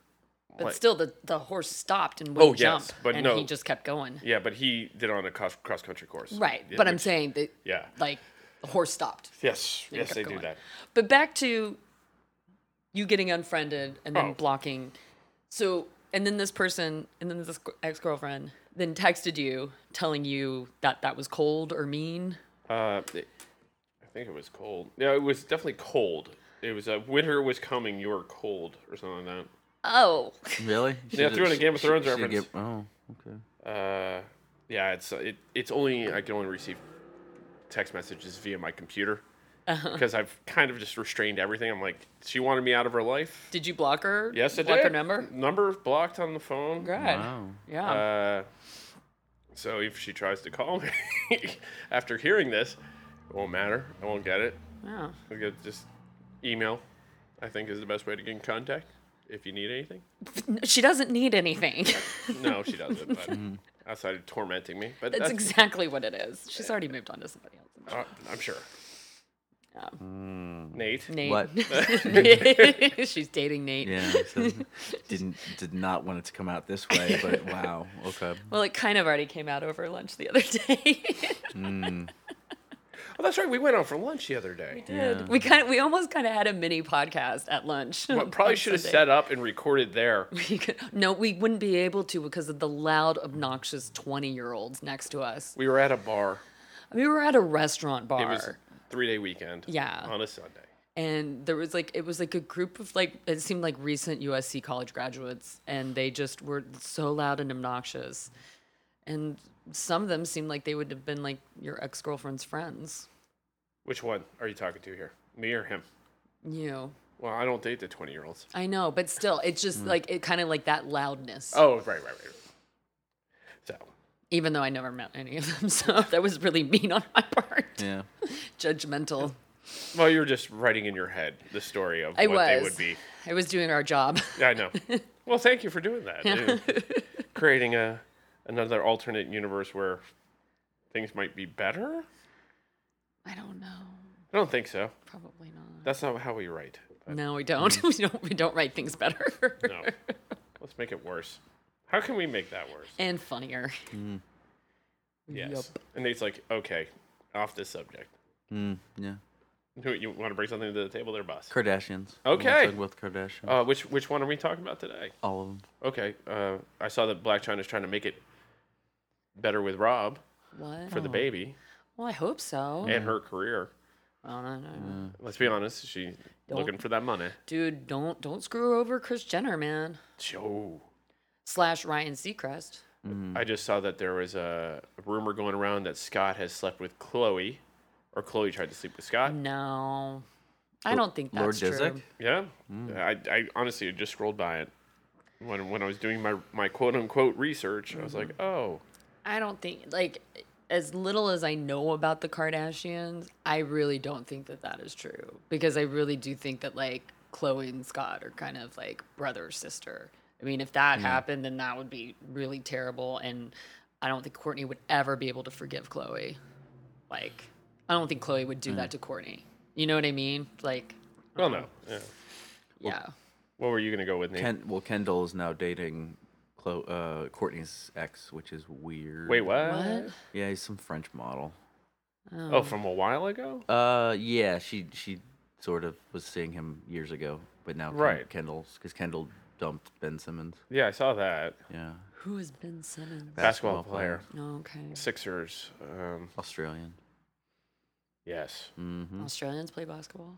Speaker 2: But
Speaker 1: Like- Oh,
Speaker 2: still, the, the horse stopped and wouldn't
Speaker 1: yes,
Speaker 2: jump,
Speaker 1: but
Speaker 2: and
Speaker 1: no.
Speaker 2: he just kept going.
Speaker 1: Yeah, but he did it on a cross cross country course.
Speaker 2: Right,
Speaker 1: Yeah,
Speaker 2: but I'm
Speaker 1: which-
Speaker 2: saying that,
Speaker 1: Yeah.
Speaker 2: like, the horse stopped.
Speaker 1: Yes.
Speaker 2: and
Speaker 1: Yes,
Speaker 2: kept
Speaker 1: they
Speaker 2: going.
Speaker 1: do that.
Speaker 2: But back to you getting unfriended and then
Speaker 1: Oh.
Speaker 2: blocking. So, and then this person, and then this ex girlfriend, then texted you telling you that that was cold or mean.
Speaker 1: Uh, it- I think it was cold. Yeah, it was definitely cold. It was uh, winter was coming. You were cold or something like
Speaker 2: Oh,
Speaker 3: Really?
Speaker 1: Yeah, threw in a Game of Thrones
Speaker 3: should've
Speaker 1: reference.
Speaker 3: gave- oh, okay.
Speaker 1: that. Uh, yeah, it's it, it's only I can only receive text messages via my computer,
Speaker 2: Uh-huh.
Speaker 1: because I've kind of just restrained everything. I'm like, she wanted me out of her life.
Speaker 2: Did you block her?
Speaker 1: Yes, I
Speaker 2: block
Speaker 1: did.
Speaker 2: her number.
Speaker 1: Number blocked on the phone.
Speaker 2: Good.
Speaker 4: Wow.
Speaker 2: Yeah.
Speaker 1: Uh, so if she tries to call me after hearing this, it won't matter. I won't get it.
Speaker 2: yeah.
Speaker 1: I'll get just email. I think is the best way to get in contact if you need anything.
Speaker 2: No, She doesn't need anything.
Speaker 1: No, she doesn't. But outside of tormenting me, but
Speaker 2: That's
Speaker 1: that's,
Speaker 2: exactly what it is. She's already moved on to somebody else.
Speaker 1: uh, I'm sure.
Speaker 2: Yeah.
Speaker 1: Nate.
Speaker 2: Nate.
Speaker 3: What?
Speaker 2: She's dating Nate.
Speaker 3: Yeah. So didn't did not want it to come out this way, but wow. Okay.
Speaker 2: Well, it kind of already came out over lunch the other day.
Speaker 1: Oh, that's right. We went out for lunch the other day.
Speaker 3: Yeah.
Speaker 2: we kind of, we almost kind of had a mini podcast at lunch.
Speaker 1: Well, probably should have set up and recorded there.
Speaker 2: no, we wouldn't be able to because of the loud, obnoxious twenty-year-olds next to us.
Speaker 1: We were at a bar.
Speaker 2: We were at a restaurant bar.
Speaker 1: It was three day weekend.
Speaker 2: Yeah.
Speaker 1: On a Sunday.
Speaker 2: and there was like it was like a group of like it seemed like recent USC college graduates and they just were so loud and obnoxious and some of them seemed like they would have been like your ex-girlfriend's friends
Speaker 1: Which one are you talking to here? Me or him?
Speaker 2: you
Speaker 1: Well, I don't date the twenty year olds.
Speaker 2: I know but still it's just
Speaker 3: Mm.
Speaker 2: like it kind of like that loudness
Speaker 1: Oh, right, right, right. So
Speaker 2: even though I never met any of them so that was really mean on my part
Speaker 3: Yeah.
Speaker 2: judgmental
Speaker 1: well you were just writing in your head the story of
Speaker 2: I
Speaker 1: what
Speaker 2: was
Speaker 1: they would be.
Speaker 2: I was doing our job
Speaker 1: Yeah, I know. well, thank you for doing that. and Creating a another alternate universe where things might be better?
Speaker 2: I don't know
Speaker 1: I don't think so.
Speaker 2: probably not
Speaker 1: That's not how we write.
Speaker 2: no we
Speaker 3: mm.
Speaker 2: don't we don't we don't write things better
Speaker 1: No. Let's make it worse. How can we make that worse?
Speaker 2: and funnier
Speaker 3: Mm.
Speaker 1: Yes. And Nate's like, okay, off this subject.
Speaker 3: Mm, yeah.
Speaker 1: Who you want to bring something to the table there, boss?
Speaker 3: Kardashians.
Speaker 1: Okay.
Speaker 3: With Kardashian.
Speaker 1: Uh, which which one are we talking about today?
Speaker 3: All of them.
Speaker 1: Okay, uh, I saw that Black China's trying to make it better with Rob
Speaker 2: What?
Speaker 1: for the baby
Speaker 2: Well, I hope so.
Speaker 1: and her career.
Speaker 2: Well, no, no, no.
Speaker 3: Mm.
Speaker 1: Let's be honest, she's looking for that money.
Speaker 2: Dude, don't don't screw over Chris Jenner, man.
Speaker 1: Joe.
Speaker 2: Slash Ryan Seacrest.
Speaker 1: I just saw that there was a rumor going around that Scott has slept with Chloe, or Chloe tried to sleep with Scott.
Speaker 2: Mm. No, I don't think
Speaker 3: Lord
Speaker 2: that's
Speaker 3: Disick.
Speaker 2: true.
Speaker 1: Yeah, I, I honestly just scrolled by it when when I was doing my my quote unquote research. I was like, oh,
Speaker 2: I don't think like as little as I know about the Kardashians, I really don't think that that is true because I really do think that like Chloe and Scott are kind of like brother sister. I mean, if that happened, then that would be really terrible, and I don't think Courtney would ever be able to forgive Chloe. Like, I don't think Chloe would do that to Courtney. You know what I mean? Like,
Speaker 1: well, no. Yeah.
Speaker 2: yeah,
Speaker 1: What were you gonna go with, Nate?
Speaker 3: Ken, well, Kendall is now dating Chlo, uh, Courtney's ex, which is weird.
Speaker 1: Wait, what?
Speaker 2: What?
Speaker 3: Yeah, he's some French model.
Speaker 1: Oh, from a while ago.
Speaker 3: Uh, yeah, she she sort of was seeing him years ago, but now Ken-
Speaker 1: Right.
Speaker 3: Kendall's because Kendall dumped Ben Simmons.
Speaker 1: Yeah, I saw that.
Speaker 3: Yeah,
Speaker 2: who has Ben Simmons?
Speaker 1: Basketball, player.
Speaker 2: No, okay.
Speaker 1: Mm-hmm. Sixers. Um,
Speaker 3: Australian.
Speaker 1: yes.
Speaker 3: Mm.
Speaker 2: Australians play basketball.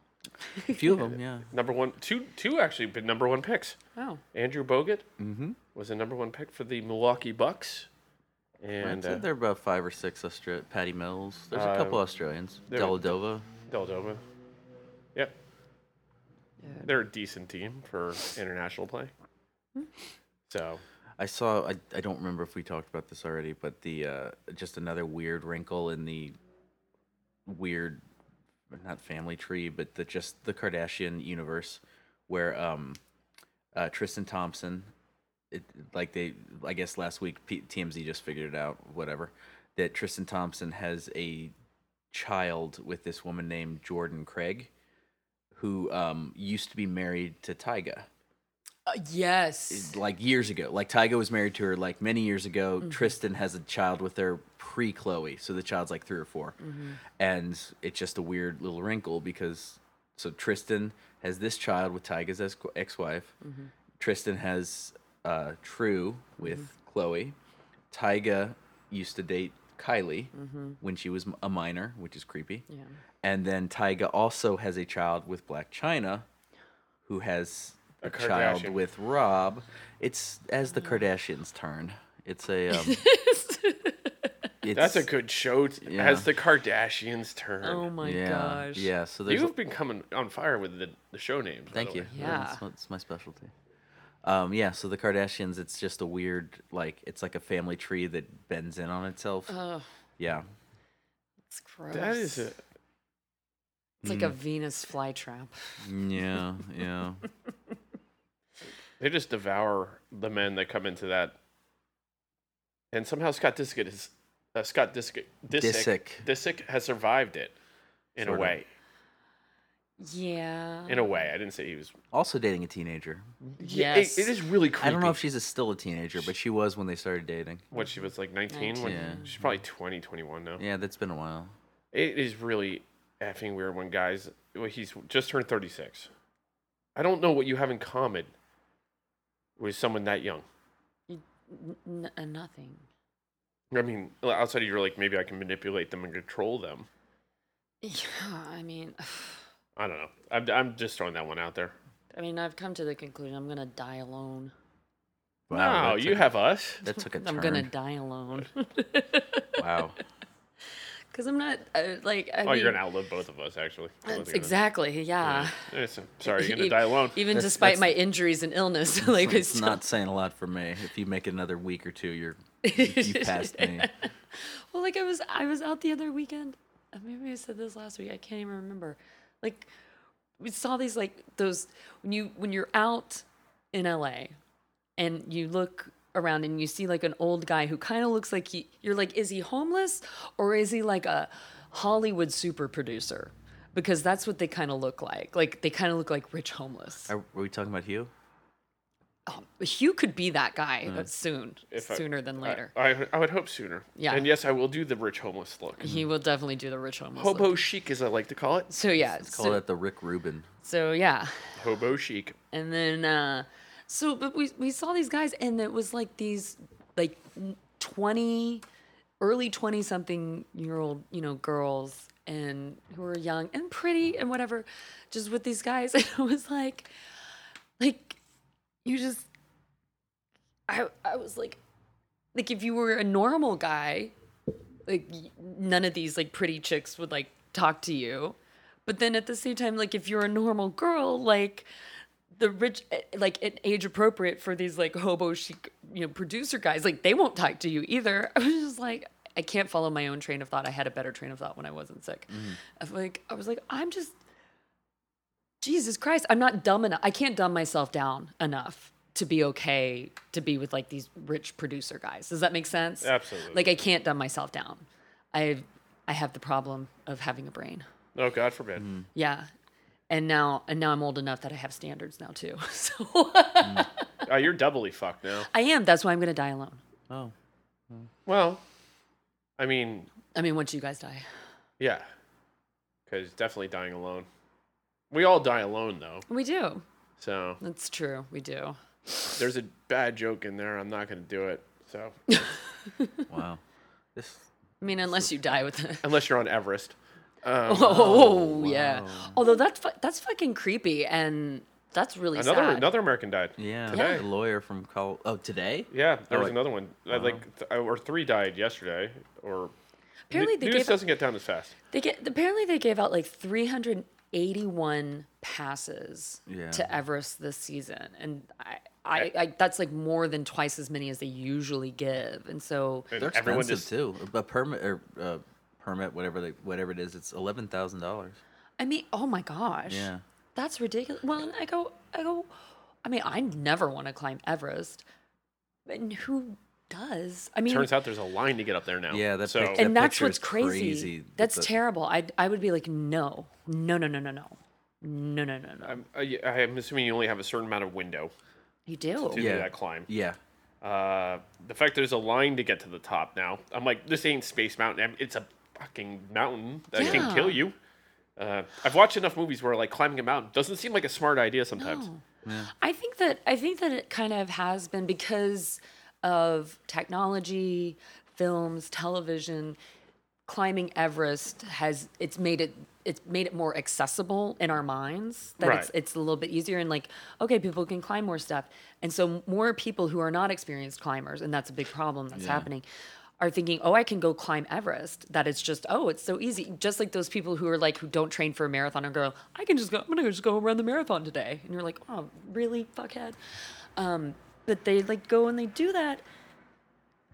Speaker 3: A few of them, yeah.
Speaker 1: Number one, two, two actually been number one picks.
Speaker 2: Oh,
Speaker 1: Andrew Bogut
Speaker 3: Mm-hmm.
Speaker 1: was a number one pick for the Milwaukee Bucks,
Speaker 3: And
Speaker 1: and uh,
Speaker 3: said there are about five or six Austra- Patty Mills. There's a couple Australians.
Speaker 1: there-
Speaker 3: Deladova.
Speaker 1: Deldova. uh, Yep,
Speaker 2: Yeah.
Speaker 1: they're a decent team for international play.
Speaker 2: Hmm.
Speaker 1: So
Speaker 3: I saw. I, I don't remember if we talked about this already, but the uh, just another weird wrinkle in the weird, not family tree, but the just the Kardashian universe, where um, uh, Tristan Thompson, it like they I guess last week P- TMZ just figured it out. Whatever, that Tristan Thompson has a child with this woman named Jordan Craig, who um, used to be married to Tyga
Speaker 2: Uh, yes.
Speaker 3: like years ago. Like Tyga was married to her like many years ago. Tristan has a child with her pre Chloe, so the child's like three or 4 and it's just a weird little wrinkle because so Tristan has this child with Tyga's ex wife. Tristan has uh, True with Chloe. Tyga used to date Kylie when she was m- a minor, which is creepy.
Speaker 2: Yeah.
Speaker 3: And then Tyga also has a child with Black China, who has a, child
Speaker 1: Kardashian.
Speaker 3: with Rob. It's as the Kardashians turn. It's a um, it's,
Speaker 1: That's a good show. t-
Speaker 3: Yeah.
Speaker 1: Has the Kardashians turn?
Speaker 2: Oh my
Speaker 3: yeah,
Speaker 2: gosh.
Speaker 3: Yeah, so there's
Speaker 1: You've been coming on fire with the, the show names. by
Speaker 3: Thank
Speaker 1: the
Speaker 3: you.
Speaker 1: way.
Speaker 2: Yeah.
Speaker 3: That's, that's my specialty. Um, yeah, so the Kardashians, it's just a weird, like, it's like a family tree that bends in on itself.
Speaker 2: Ugh,
Speaker 3: yeah.
Speaker 2: it's gross.
Speaker 1: That is a,
Speaker 2: It's
Speaker 1: Mm.
Speaker 2: like a Venus flytrap.
Speaker 3: Yeah, yeah.
Speaker 1: they just devour the men that come into that. And somehow Scott Disick is uh, Scott Disick Disick,
Speaker 3: Disick.
Speaker 1: Disick has survived it in
Speaker 3: Sort
Speaker 1: a
Speaker 3: of.
Speaker 1: way.
Speaker 2: Yeah.
Speaker 1: In a way, I didn't say he was.
Speaker 3: Also dating a teenager.
Speaker 1: Yeah, it-
Speaker 2: Yes.
Speaker 1: it is really creepy.
Speaker 3: I don't know if she's a, still a teenager, but she was when they started dating.
Speaker 1: what she was like 19 when
Speaker 3: Nineteen. Yeah.
Speaker 1: she's probably 20 21 now
Speaker 3: Yeah, that's been a while.
Speaker 1: it is really effing weird when guys well, he's just turned 36 i don't know what you have in common with someone that young
Speaker 2: N- n- nothing.
Speaker 1: i mean outside of you're like maybe i can manipulate them and control them
Speaker 2: Yeah, I mean,
Speaker 1: i don't know i'm, I'm just throwing that one out there
Speaker 2: I mean, I've come to the conclusion I'm gonna die alone.
Speaker 1: wow
Speaker 3: that
Speaker 1: Oh, you
Speaker 3: took-
Speaker 1: have us
Speaker 3: That took a turn.
Speaker 2: I'm gonna die alone.
Speaker 3: Wow.
Speaker 2: Cause I'm not uh, like I
Speaker 1: oh
Speaker 2: mean,
Speaker 1: you're gonna outlive both of us actually I wasn't
Speaker 2: that's
Speaker 1: gonna-
Speaker 2: exactly yeah.
Speaker 1: Yes, I'm sorry you're
Speaker 2: E-
Speaker 1: gonna die alone
Speaker 2: Even
Speaker 3: That's-
Speaker 2: despite
Speaker 3: that's-
Speaker 2: my injuries and illness, like I
Speaker 3: it's
Speaker 2: still
Speaker 3: not saying a lot for me. If you make it another week or two, you're you, you passed me.
Speaker 2: Well, like I was, I was out the other weekend. uh, Maybe I said this last week. I can't even remember. Like we saw these, like those when you when you're out in LA and you look around and you see like an old guy who kind of looks like he. You're like, is he homeless or is he like a Hollywood super producer? Because that's what they kind of look like. Like they kind of look like rich homeless.
Speaker 3: Are, were we talking about Hugh?
Speaker 2: Hugh could be that guy
Speaker 3: Mm-hmm.
Speaker 2: uh, soon,
Speaker 1: If I-
Speaker 2: sooner than
Speaker 1: I-
Speaker 2: later.
Speaker 1: I, I would hope sooner
Speaker 2: Yeah.
Speaker 1: and yes i will do the rich homeless look
Speaker 2: he will definitely do the rich homeless. look.
Speaker 1: Mm-hmm. hobo chic as i like to call it
Speaker 2: So yeah,
Speaker 3: Let's
Speaker 2: so,
Speaker 3: call that the Rick Rubin.
Speaker 2: so yeah,
Speaker 1: hobo chic
Speaker 2: and then uh, so but we we saw these guys, and it was like these like twenty, early twenty something year old you know girls and who were young and pretty and whatever, just with these guys, and it was like, like you just, I I was like, like if you were a normal guy, like y- none of these like pretty chicks would like talk to you but then at the same time like if you're a normal girl like the rich eh, like an age appropriate for these like hobo chic you know producer guys like they won't talk to you either i was just like i can't follow my own train of thought i had a better train of thought when i wasn't sick I was like i was like i'm just jesus christ i'm not dumb enough i can't dumb myself down enough to be okay to be with like these rich producer guys does that make sense
Speaker 1: Absolutely.
Speaker 2: like i can't dumb myself down i i have the problem of having a brain
Speaker 1: oh god forbid
Speaker 2: yeah. And now and now I'm old enough that I have standards now too. So
Speaker 1: Oh, you're doubly fucked now.
Speaker 2: I am. That's why I'm gonna die alone.
Speaker 3: Oh.
Speaker 1: Well, I mean,
Speaker 2: I mean, once you guys die.
Speaker 1: yeah, because definitely dying alone. We all die alone though,
Speaker 2: We do.
Speaker 1: so
Speaker 2: That's true. We do.
Speaker 1: there's a bad joke in there. I'm not gonna do it. So
Speaker 3: Wow. This
Speaker 2: I mean, unless you die with the
Speaker 1: unless you're on Everest, um,
Speaker 2: Oh, yeah. Although that's fu- that's fucking creepy and that's really
Speaker 1: another
Speaker 2: sad.
Speaker 1: another American died.
Speaker 3: yeah.
Speaker 1: Today.
Speaker 3: The lawyer from Col Oh, today?
Speaker 1: Yeah, there
Speaker 3: Oh,
Speaker 1: was
Speaker 3: like-
Speaker 1: another one. Uh, Like, th- or three died yesterday. Or
Speaker 2: Apparently
Speaker 1: Nu-
Speaker 2: they
Speaker 1: news
Speaker 2: gave-
Speaker 1: doesn't get down as fast.
Speaker 2: They get apparently they gave out like 381 passes
Speaker 3: Yeah.
Speaker 2: to Everest this season, and I, I, I that's like more than twice as many as they usually give, and so
Speaker 1: And
Speaker 3: They're
Speaker 1: everyone
Speaker 3: expensive
Speaker 1: just
Speaker 3: too. A permit or uh, permit, whatever they, whatever it is, it's eleven thousand dollars.
Speaker 2: I mean, oh my gosh.
Speaker 3: Yeah.
Speaker 2: That's ridiculous. Well, and I go, I go, I mean, I never want to climb Everest. And who does? I mean,
Speaker 1: turns out there's a line to get up there now.
Speaker 3: Yeah, that's
Speaker 1: so.
Speaker 3: big.
Speaker 2: and
Speaker 3: that
Speaker 2: that's
Speaker 3: picture
Speaker 2: what's
Speaker 3: is
Speaker 2: crazy.
Speaker 3: crazy that
Speaker 2: That's
Speaker 3: the-
Speaker 2: terrible. I, I would be like, no, no, no, no, no, no. No, no, no, no.
Speaker 1: I'm, I, I'm assuming you only have a certain amount of window
Speaker 2: You do.
Speaker 1: to
Speaker 3: Yeah.
Speaker 1: do that climb.
Speaker 3: Yeah,
Speaker 1: Uh, the fact there's a line to get to the top now. I'm like, this ain't Space Mountain. I mean, It's a fucking mountain that can kill
Speaker 2: Yeah.
Speaker 1: you. Uh, I've watched enough movies where like climbing a mountain doesn't seem like a smart idea sometimes.
Speaker 2: Oh. I think that I think that it kind of has been because of technology, films, television. Climbing Everest has it's made it it's made it more accessible in our minds that it's
Speaker 1: Right.
Speaker 2: it's a little bit easier and like okay people can climb more stuff and so more people who are not experienced climbers and that's a big problem that's happening are thinking, oh, I can go climb Everest. That it's just, oh, it's so easy. Just like those people who are like, who don't train for a marathon and go, I can just go, I'm going to just go run the marathon today. And you're like, oh, really? Fuckhead. Um, but they like go and they do that.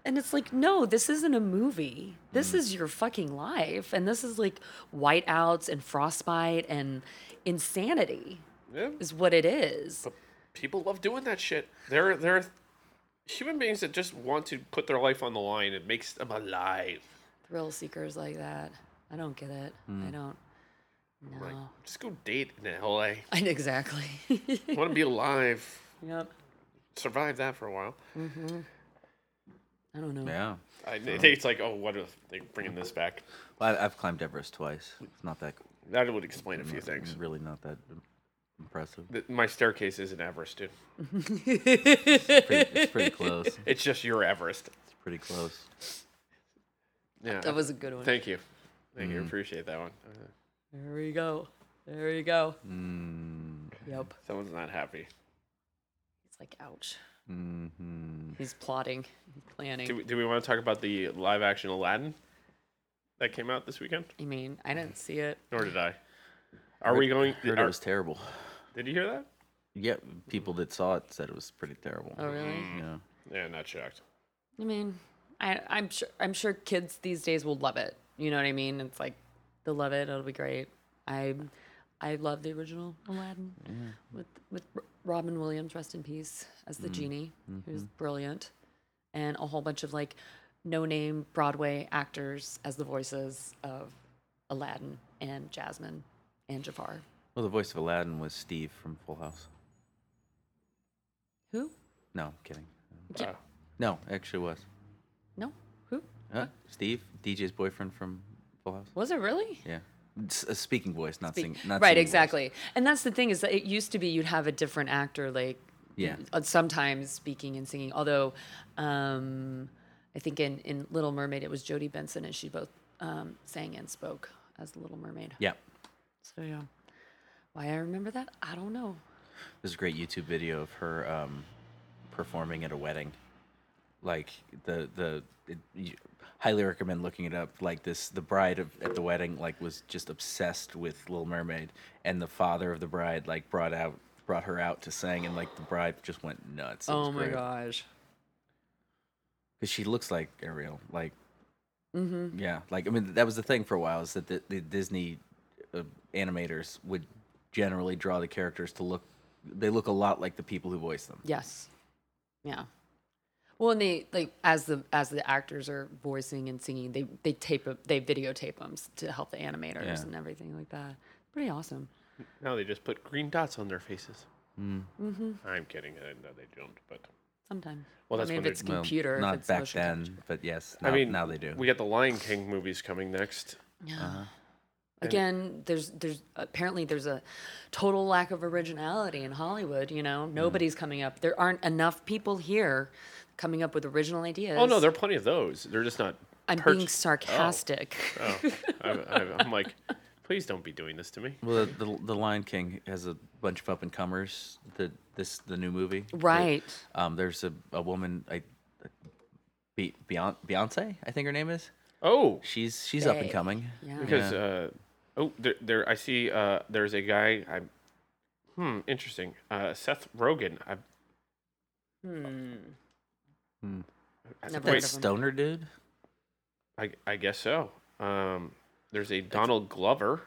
Speaker 2: And it's like, no, this isn't a movie. This
Speaker 1: Mm.
Speaker 2: is your fucking life. And this is like whiteouts and frostbite and insanity
Speaker 1: Yeah.
Speaker 2: is what it is.
Speaker 1: People love doing that shit. They're they're human beings that just want to put their life on the line. It makes them alive.
Speaker 2: Thrill seekers like that. I don't get it.
Speaker 1: Mm.
Speaker 2: I don't. No.
Speaker 1: Like, just go date in LA.
Speaker 2: And exactly.
Speaker 1: I want to be alive.
Speaker 2: yep.
Speaker 1: Survive that for a while.
Speaker 2: I don't know.
Speaker 3: Yeah.
Speaker 1: I, it's like, oh, what are they bringing this back?
Speaker 3: Well, I, I've climbed Everest twice. It's not that.
Speaker 1: That would explain a few things.
Speaker 3: Really, not that impressive.
Speaker 1: Th- My staircase isn't Everest, dude.
Speaker 3: Pretty, it's pretty close. It's
Speaker 1: It's just your Everest.
Speaker 3: pretty close.
Speaker 1: Yeah.
Speaker 2: That was Mm-hmm. a good one.
Speaker 1: Thank you. Thank you. Appreciate that one. Uh,
Speaker 2: There you go. There you go.
Speaker 1: Mm.
Speaker 2: Yep.
Speaker 1: Someone's not happy.
Speaker 2: It's like, ouch. He's plotting, he's planning.
Speaker 1: Mm-hmm. Do, we- do we want to talk about the live action Aladdin that came out this weekend?
Speaker 2: I mean, I didn't see it.
Speaker 1: Nor did I. Are we going?
Speaker 3: Heard
Speaker 1: are-
Speaker 3: it was terrible.
Speaker 1: did you hear that?
Speaker 3: Yeah, people that saw it said it was pretty terrible.
Speaker 2: Mm-hmm. Oh, really?
Speaker 3: Yeah.
Speaker 1: Yeah, not shocked.
Speaker 2: I mean, I, I'm sure I'm sure kids these days will love it. You know what I mean? It's like they'll love it. It'll be great. I I love the original Aladdin with with R- Robin Williams, rest in peace, as the genie, who's brilliant, and a whole bunch of like no name Broadway actors as the voices of Aladdin and Jasmine and Jafar.
Speaker 3: Well, the voice of Aladdin was Steve from Full House.
Speaker 2: Who?
Speaker 3: No, I'm kidding.
Speaker 2: J-
Speaker 1: Wow.
Speaker 3: No, actually was.
Speaker 2: No, who
Speaker 3: Uh, Steve, DJ's boyfriend from Full House.
Speaker 2: was it really?
Speaker 3: Yeah. S- a speaking voice, not singing. Not
Speaker 2: right,
Speaker 3: singing voice.
Speaker 2: exactly. And that's the thing is that it used to be you'd have a different actor like
Speaker 3: Yeah.
Speaker 2: uh, sometimes speaking and singing. Although um, I think in, in Little Mermaid it was Jodie Benson and she both um, sang and spoke as the Little Mermaid.
Speaker 3: Yeah.
Speaker 2: So yeah. Why I remember that? I don't know.
Speaker 3: There's a great YouTube video of her um, performing at a wedding. Like the the it, you, highly recommend looking it up. Like this, the bride of, at the wedding like was just obsessed with Little Mermaid, and the father of the bride like brought out brought her out to sing, and like the bride just went nuts. It was
Speaker 2: Oh
Speaker 3: great.
Speaker 2: gosh.
Speaker 3: because she looks like Ariel. Like, yeah, like I mean, that was the thing for a while is that the, the Disney uh, animators would generally draw the characters to look. They look a lot like the people who voice them.
Speaker 2: Yes. Yeah. Well, and they like as the as the actors are voicing and singing, they they tape a- they videotape them to help the animators
Speaker 3: Yeah.
Speaker 2: and everything like that. Pretty awesome.
Speaker 1: Now they just put green dots on their faces.
Speaker 3: Hmm.
Speaker 1: Mm-hmm. I'm kidding. I know they don't, but
Speaker 2: Sometimes.
Speaker 1: Well, that's
Speaker 2: I mean,
Speaker 1: when
Speaker 2: if it's
Speaker 1: they're-
Speaker 2: computer,
Speaker 3: not
Speaker 2: if it's
Speaker 3: back
Speaker 2: motion
Speaker 3: then,
Speaker 2: capture.
Speaker 3: but yes,
Speaker 1: I
Speaker 3: now-
Speaker 1: mean,
Speaker 3: now they do.
Speaker 1: We got the Lion King movies coming next.
Speaker 2: Yeah. Again, there's there's apparently there's a total lack of originality in Hollywood. You know,
Speaker 1: Hmm.
Speaker 2: nobody's coming up. There aren't enough people here coming up with original ideas.
Speaker 1: Oh no, there are plenty of those. They're just not.
Speaker 2: I'm
Speaker 1: purch-
Speaker 2: being sarcastic.
Speaker 1: Oh, I, I, I'm like, please don't be doing this to me.
Speaker 3: Well, the, the the Lion King has a bunch of up and comers. The this the new movie, that-
Speaker 2: Right.
Speaker 3: Um, there's a, a woman, I, Be- Beyonce, Beyonce, I think her name is.
Speaker 1: Oh,
Speaker 3: She's she's up and
Speaker 2: Faye.
Speaker 3: coming.
Speaker 2: Yeah.
Speaker 1: because uh, oh, there, there I see. Uh, there's a guy. I, hmm, interesting. Uh, Seth Rogen. I,
Speaker 3: Hmm.
Speaker 1: I,
Speaker 2: Hmm. Never
Speaker 3: That
Speaker 2: heard
Speaker 1: wait,
Speaker 2: of him.
Speaker 3: stoner dude.
Speaker 1: I, I guess so. Um, there's a Donald Glover.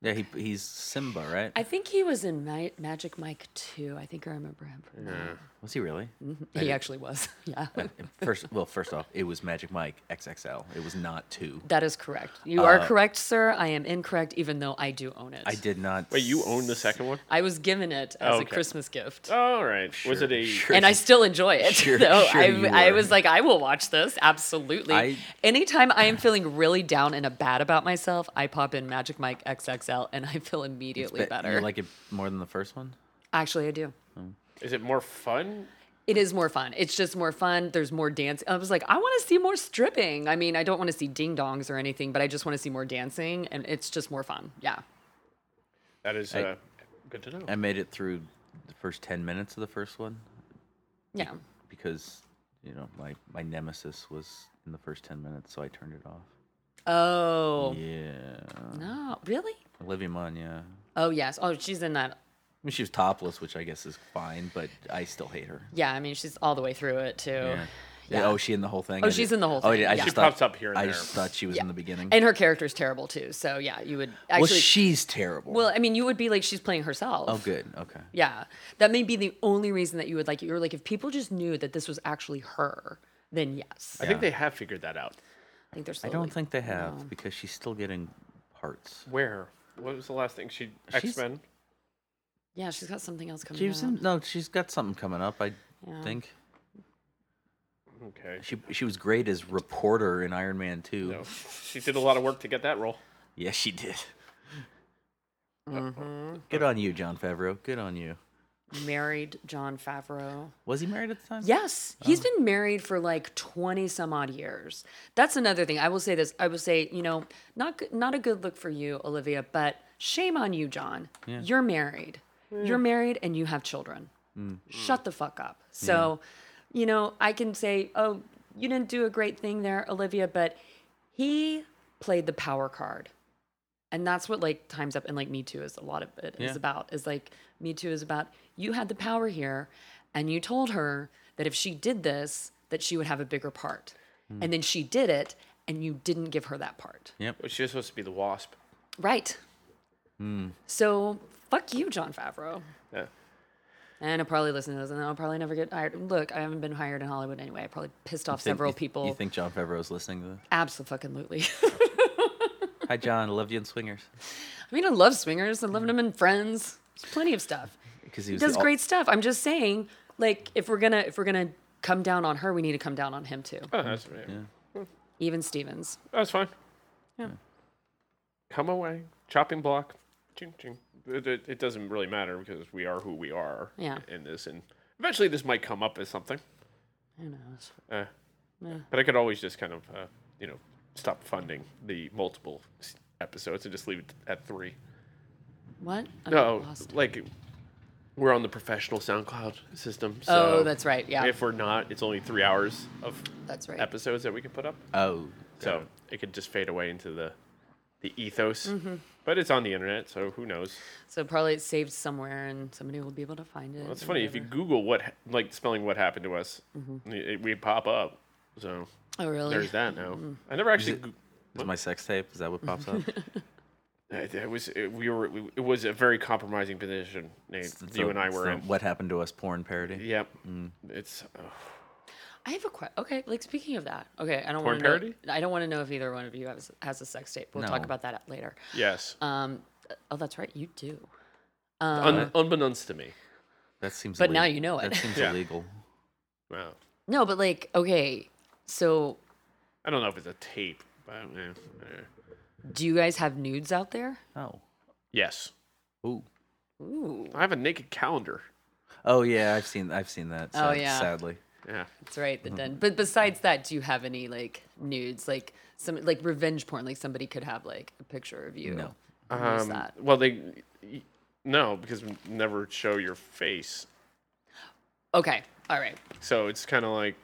Speaker 3: Yeah, he, he's Simba, right?
Speaker 2: I think he was in Ma- Magic Mike too. I think I remember him from that.
Speaker 3: Was he really? uh,
Speaker 2: He actually was. Yeah.
Speaker 3: First, well, first off, it was Magic Mike XXL. It was not two.
Speaker 2: That is correct. You
Speaker 1: Uh,
Speaker 2: are correct, sir. I am incorrect, even though I do own it.
Speaker 3: I did not.
Speaker 1: Wait, you own the second one?
Speaker 2: I was given it as a
Speaker 1: Okay.
Speaker 2: Christmas gift.
Speaker 1: All right. Was it a?
Speaker 3: sure.
Speaker 2: and I still enjoy it.
Speaker 3: Sure-
Speaker 2: so
Speaker 3: sure you
Speaker 2: I, I
Speaker 3: were.
Speaker 2: was like, I will watch this absolutely.
Speaker 3: I-
Speaker 2: Anytime I am feeling really down and a bad about myself, I pop in Magic Mike XXL and I feel immediately
Speaker 3: But
Speaker 2: better.
Speaker 3: You like it more than the first one?
Speaker 2: Actually, I do.
Speaker 1: Is it more fun?
Speaker 2: It is more fun. It's just more fun. There's more dance. I was like, I want to see more stripping. I mean, I don't want to see ding dongs or anything, but I just want to see more dancing, and it's just more fun. Yeah.
Speaker 1: That is uh, good to know.
Speaker 3: I made it through the first ten minutes of the first one
Speaker 2: Yeah.
Speaker 3: because you know my my nemesis was in the first 10 minutes, so I turned it off.
Speaker 2: Oh
Speaker 3: Yeah.
Speaker 2: no, really?
Speaker 3: Olivia Munn, yeah.
Speaker 2: Oh yes. Oh, she's in that.
Speaker 3: I mean, she was topless, which I guess is fine, but I still hate her.
Speaker 2: Yeah, I mean, she's all the way through it too.
Speaker 3: Yeah.
Speaker 2: Yeah.
Speaker 3: Oh, is she in the whole thing?
Speaker 2: Oh,
Speaker 3: I
Speaker 2: she's
Speaker 3: did-
Speaker 2: in the whole
Speaker 3: Oh, I, did-
Speaker 2: thing,
Speaker 3: I
Speaker 2: yeah.
Speaker 3: just
Speaker 2: She
Speaker 3: thought,
Speaker 1: pops up here and
Speaker 3: I
Speaker 1: there.
Speaker 3: just thought she was in the beginning.
Speaker 2: And her character's terrible too. So yeah, you would actually.
Speaker 3: well, she's terrible.
Speaker 2: well, I mean, you would be like she's playing herself.
Speaker 3: oh, good. Okay.
Speaker 2: Yeah, that may be the only reason that you would like it. You're like, if people just knew that this was actually her, then yes.
Speaker 1: I think they have figured that out.
Speaker 2: I think they're.
Speaker 3: I
Speaker 2: Slowly,
Speaker 3: don't think they have because she's still getting parts.
Speaker 1: Where? What was the last thing she
Speaker 3: She's-
Speaker 1: X Men?
Speaker 2: Yeah, she's got something else coming.
Speaker 3: She was
Speaker 2: out.
Speaker 3: in, no, she's got something coming up. I
Speaker 2: Yeah.
Speaker 3: think
Speaker 1: Okay.
Speaker 3: she she was great as reporter in Iron Man 2.
Speaker 1: No. She did a lot of work to get that role.
Speaker 3: Yeah, she did.
Speaker 2: Mm-hmm.
Speaker 3: Good on you, John Favreau. Good on you.
Speaker 2: married John Favreau.
Speaker 3: Was he married at the time?
Speaker 2: Yes, he's been married for like 20 some odd years. That's another thing. I will say this. I will say, you know, not g- not a good look for you, Olivia, but shame on you, John. You're married. You're married and you have children. Shut the fuck up. So, you know, I can say, "Oh, you didn't do a great thing there, Olivia," but he played the power card. And that's what like Time's Up and like Me Too is a lot of it is
Speaker 3: Yeah.
Speaker 2: about. Is like Me Too is about you had the power here and you told her that if she did this, that she would have a bigger part.
Speaker 3: Hmm.
Speaker 2: And then she did it and you didn't give her that part.
Speaker 1: Well, Oh, She was supposed to be the Wasp.
Speaker 2: Right.
Speaker 3: Hmm.
Speaker 2: So fuck you, John Favreau.
Speaker 1: Yeah.
Speaker 2: And I'll probably listen to this and I'll probably never get hired. Look, I haven't been hired in Hollywood anyway. I probably pissed off
Speaker 3: Think-
Speaker 2: several
Speaker 3: you-
Speaker 2: people.
Speaker 3: You think John Favreau's listening to this?
Speaker 2: Absolutely.
Speaker 3: Hi, John. Love you in Swingers.
Speaker 2: I mean, I love swingers. I
Speaker 3: Hmm.
Speaker 2: love them in Friends. There's plenty of stuff.
Speaker 3: Because he was the
Speaker 2: does
Speaker 3: al-
Speaker 2: great stuff. I'm just saying, like, if we're gonna if we're gonna come down on her, we need to come down on him too.
Speaker 1: Oh, that's yeah.
Speaker 2: Even Stevens.
Speaker 1: That's fine. Come away. Chopping block. Ching, ching. It, it- it doesn't really matter because we are who we are
Speaker 2: Yeah.
Speaker 1: in this. And eventually this might come up as something.
Speaker 2: Who knows?
Speaker 1: Uh, But I could always just kind of, uh, you know, stop funding the multiple s- episodes and just leave it at three.
Speaker 2: What? I'm
Speaker 1: No,
Speaker 2: lost.
Speaker 1: like we're on the professional SoundCloud system. So
Speaker 2: Oh, that's right. Yeah,
Speaker 1: If we're not, it's only three hours of
Speaker 2: that's right.
Speaker 1: episodes that we can put up.
Speaker 3: Oh.
Speaker 1: So it could just fade away into the the ethos.
Speaker 2: Mm-hmm.
Speaker 1: But it's on the internet, so who knows?
Speaker 2: so probably it's saved somewhere, and somebody will be able to find it.
Speaker 1: Well, it's
Speaker 2: or
Speaker 1: funny if you
Speaker 2: whatever.
Speaker 1: Google what ha- like spelling what happened to us, it- it- we pop up. So
Speaker 2: Oh, really?
Speaker 1: there's that now. I never actually. Go-
Speaker 3: Is my sex tape? Is that what pops up?
Speaker 1: it, it was it, we were we, it was a very compromising position. Nate,
Speaker 3: It's
Speaker 1: you
Speaker 3: the-
Speaker 1: and I
Speaker 3: it's
Speaker 1: were
Speaker 3: the
Speaker 1: in.
Speaker 3: What happened to us? Porn parody.
Speaker 1: Yep. It's oh,
Speaker 2: I have a question. Okay, like speaking of that. Okay, I don't
Speaker 1: Porn
Speaker 2: want to. Know,
Speaker 1: parody?
Speaker 2: I don't want to know if either one of you has has a sex tape. We'll talk
Speaker 3: No.
Speaker 2: about that later.
Speaker 1: yes,
Speaker 2: Um. Oh, that's right. You do. Um,
Speaker 1: Un, unbeknownst to me.
Speaker 3: That seems.
Speaker 2: But now
Speaker 3: illegal.
Speaker 2: you know it.
Speaker 3: That seems
Speaker 1: Yeah.
Speaker 3: illegal.
Speaker 1: Wow.
Speaker 2: No, but like, okay. So,
Speaker 1: I don't know if it's a tape, but eh, eh.
Speaker 2: do you guys have nudes out there?
Speaker 3: Oh.
Speaker 1: yes,
Speaker 3: Ooh.
Speaker 2: Ooh.
Speaker 1: I have a naked calendar.
Speaker 3: Oh yeah, I've seen. I've seen that.
Speaker 2: Oh,
Speaker 3: sad-
Speaker 2: yeah.
Speaker 3: Sadly.
Speaker 1: Yeah.
Speaker 2: That's right, the den. But besides that, do you have any like nudes, like some like revenge porn? Like somebody could have like a picture of you.
Speaker 3: No.
Speaker 2: and use
Speaker 1: Um,
Speaker 2: that.
Speaker 1: Well, they y- no, because we never show your face.
Speaker 2: Okay. All right.
Speaker 1: So it's kind of like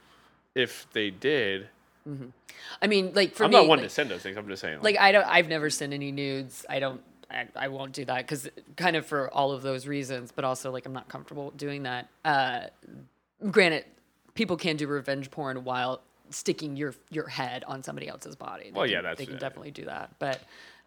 Speaker 1: if they did.
Speaker 2: I mean, like for
Speaker 1: I'm
Speaker 2: me,
Speaker 1: not one
Speaker 2: like,
Speaker 1: to send those things. I'm just saying. Like,
Speaker 2: like I don't. I've never sent any nudes. I don't. I, I won't do that because kind of for all of those reasons, but also like I'm not comfortable doing that. Uh, granted, people can do revenge porn while sticking your your head on somebody else's body. They
Speaker 1: Well,
Speaker 2: can-
Speaker 1: yeah, that's-
Speaker 2: they can
Speaker 1: uh,
Speaker 2: definitely do that. But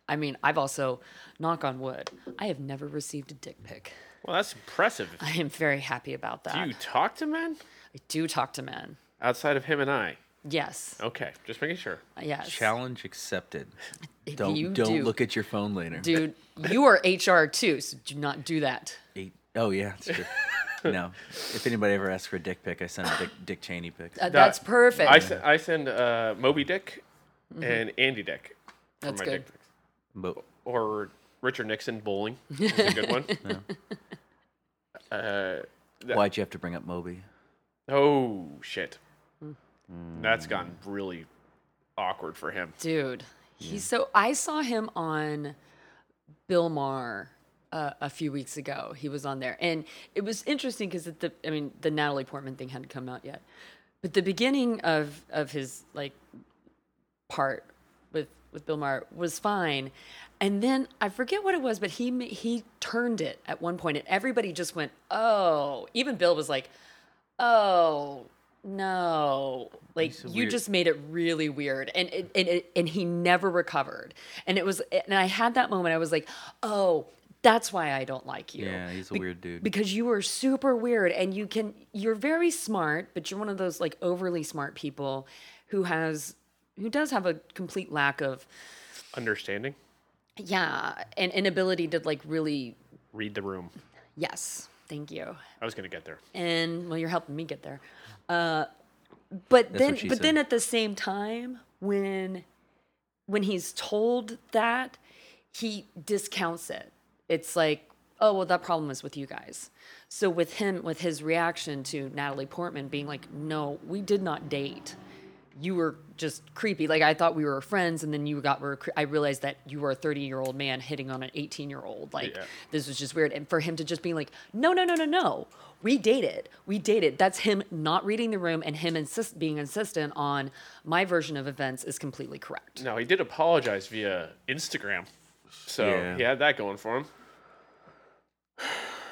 Speaker 2: I mean, I've also knock on wood, I have never received a dick pic.
Speaker 1: well, that's impressive.
Speaker 2: I am very happy about that.
Speaker 1: Do you talk to men
Speaker 2: I do talk to men.
Speaker 1: outside of him and I?
Speaker 2: Yes.
Speaker 1: Okay, just making sure.
Speaker 2: Yes.
Speaker 3: Challenge accepted.
Speaker 2: If
Speaker 3: Don't
Speaker 2: you
Speaker 3: don't
Speaker 2: do-
Speaker 3: look at your phone later.
Speaker 2: Dude, you are HR too, so do not do that.
Speaker 3: Eight. Oh yeah, that's true. no. If anybody ever asks for a dick pic, I send a Dick, Dick Cheney pic.
Speaker 2: Uh, that's
Speaker 1: That-
Speaker 2: perfect.
Speaker 1: I, se- I send uh, Moby Dick and Andy Dick. for
Speaker 2: That's
Speaker 1: my
Speaker 2: good.
Speaker 1: dick pics.
Speaker 3: But
Speaker 1: Or Richard Nixon bowling. That's a good one. Uh,
Speaker 3: why'd you have to bring up Moby?
Speaker 1: oh shit, that's gotten really awkward for him.
Speaker 2: Dude, he's so. I saw him on Bill Maher uh, a few weeks ago. He was on there, and it was interesting because the I mean the Natalie Portman thing hadn't come out yet, But the beginning of of his like part with with Bill Maher was fine, and then I forget what it was, but he ma- he turned it at one point, and everybody just went, "Oh!" Even Bill was like, "Oh." No, like
Speaker 3: so
Speaker 2: you
Speaker 3: weird.
Speaker 2: just made it really weird, and it, and it, and he never recovered. And it was, and I had that moment. I was like, "Oh, that's why I don't like you."
Speaker 3: Yeah, he's a weird dude.
Speaker 2: because you are super weird and you can you're very smart but you're one of those like overly smart people who has who does have a complete lack of
Speaker 1: Understanding,
Speaker 2: yeah an inability to like really
Speaker 1: read the room.
Speaker 2: yes thank you
Speaker 1: I was gonna get there.
Speaker 2: and well you're helping me get there uh, but then
Speaker 3: what she
Speaker 2: but then
Speaker 3: said.
Speaker 2: at the same time when when he's told that he discounts it it's like oh well that problem is with you guys so with him with his reaction to natalie portman being like no we did not date you were just creepy like i thought we were friends and then you got were cre- i realized that you were a 30 year old man hitting on an 18 year old like
Speaker 1: Yeah.
Speaker 2: this was just weird and for him to just be like no no no no no we dated we dated that's him not reading the room and him insist being insistent on my version of events is completely correct
Speaker 1: No, he did apologize via Instagram, so
Speaker 3: Yeah.
Speaker 1: he had that going for him.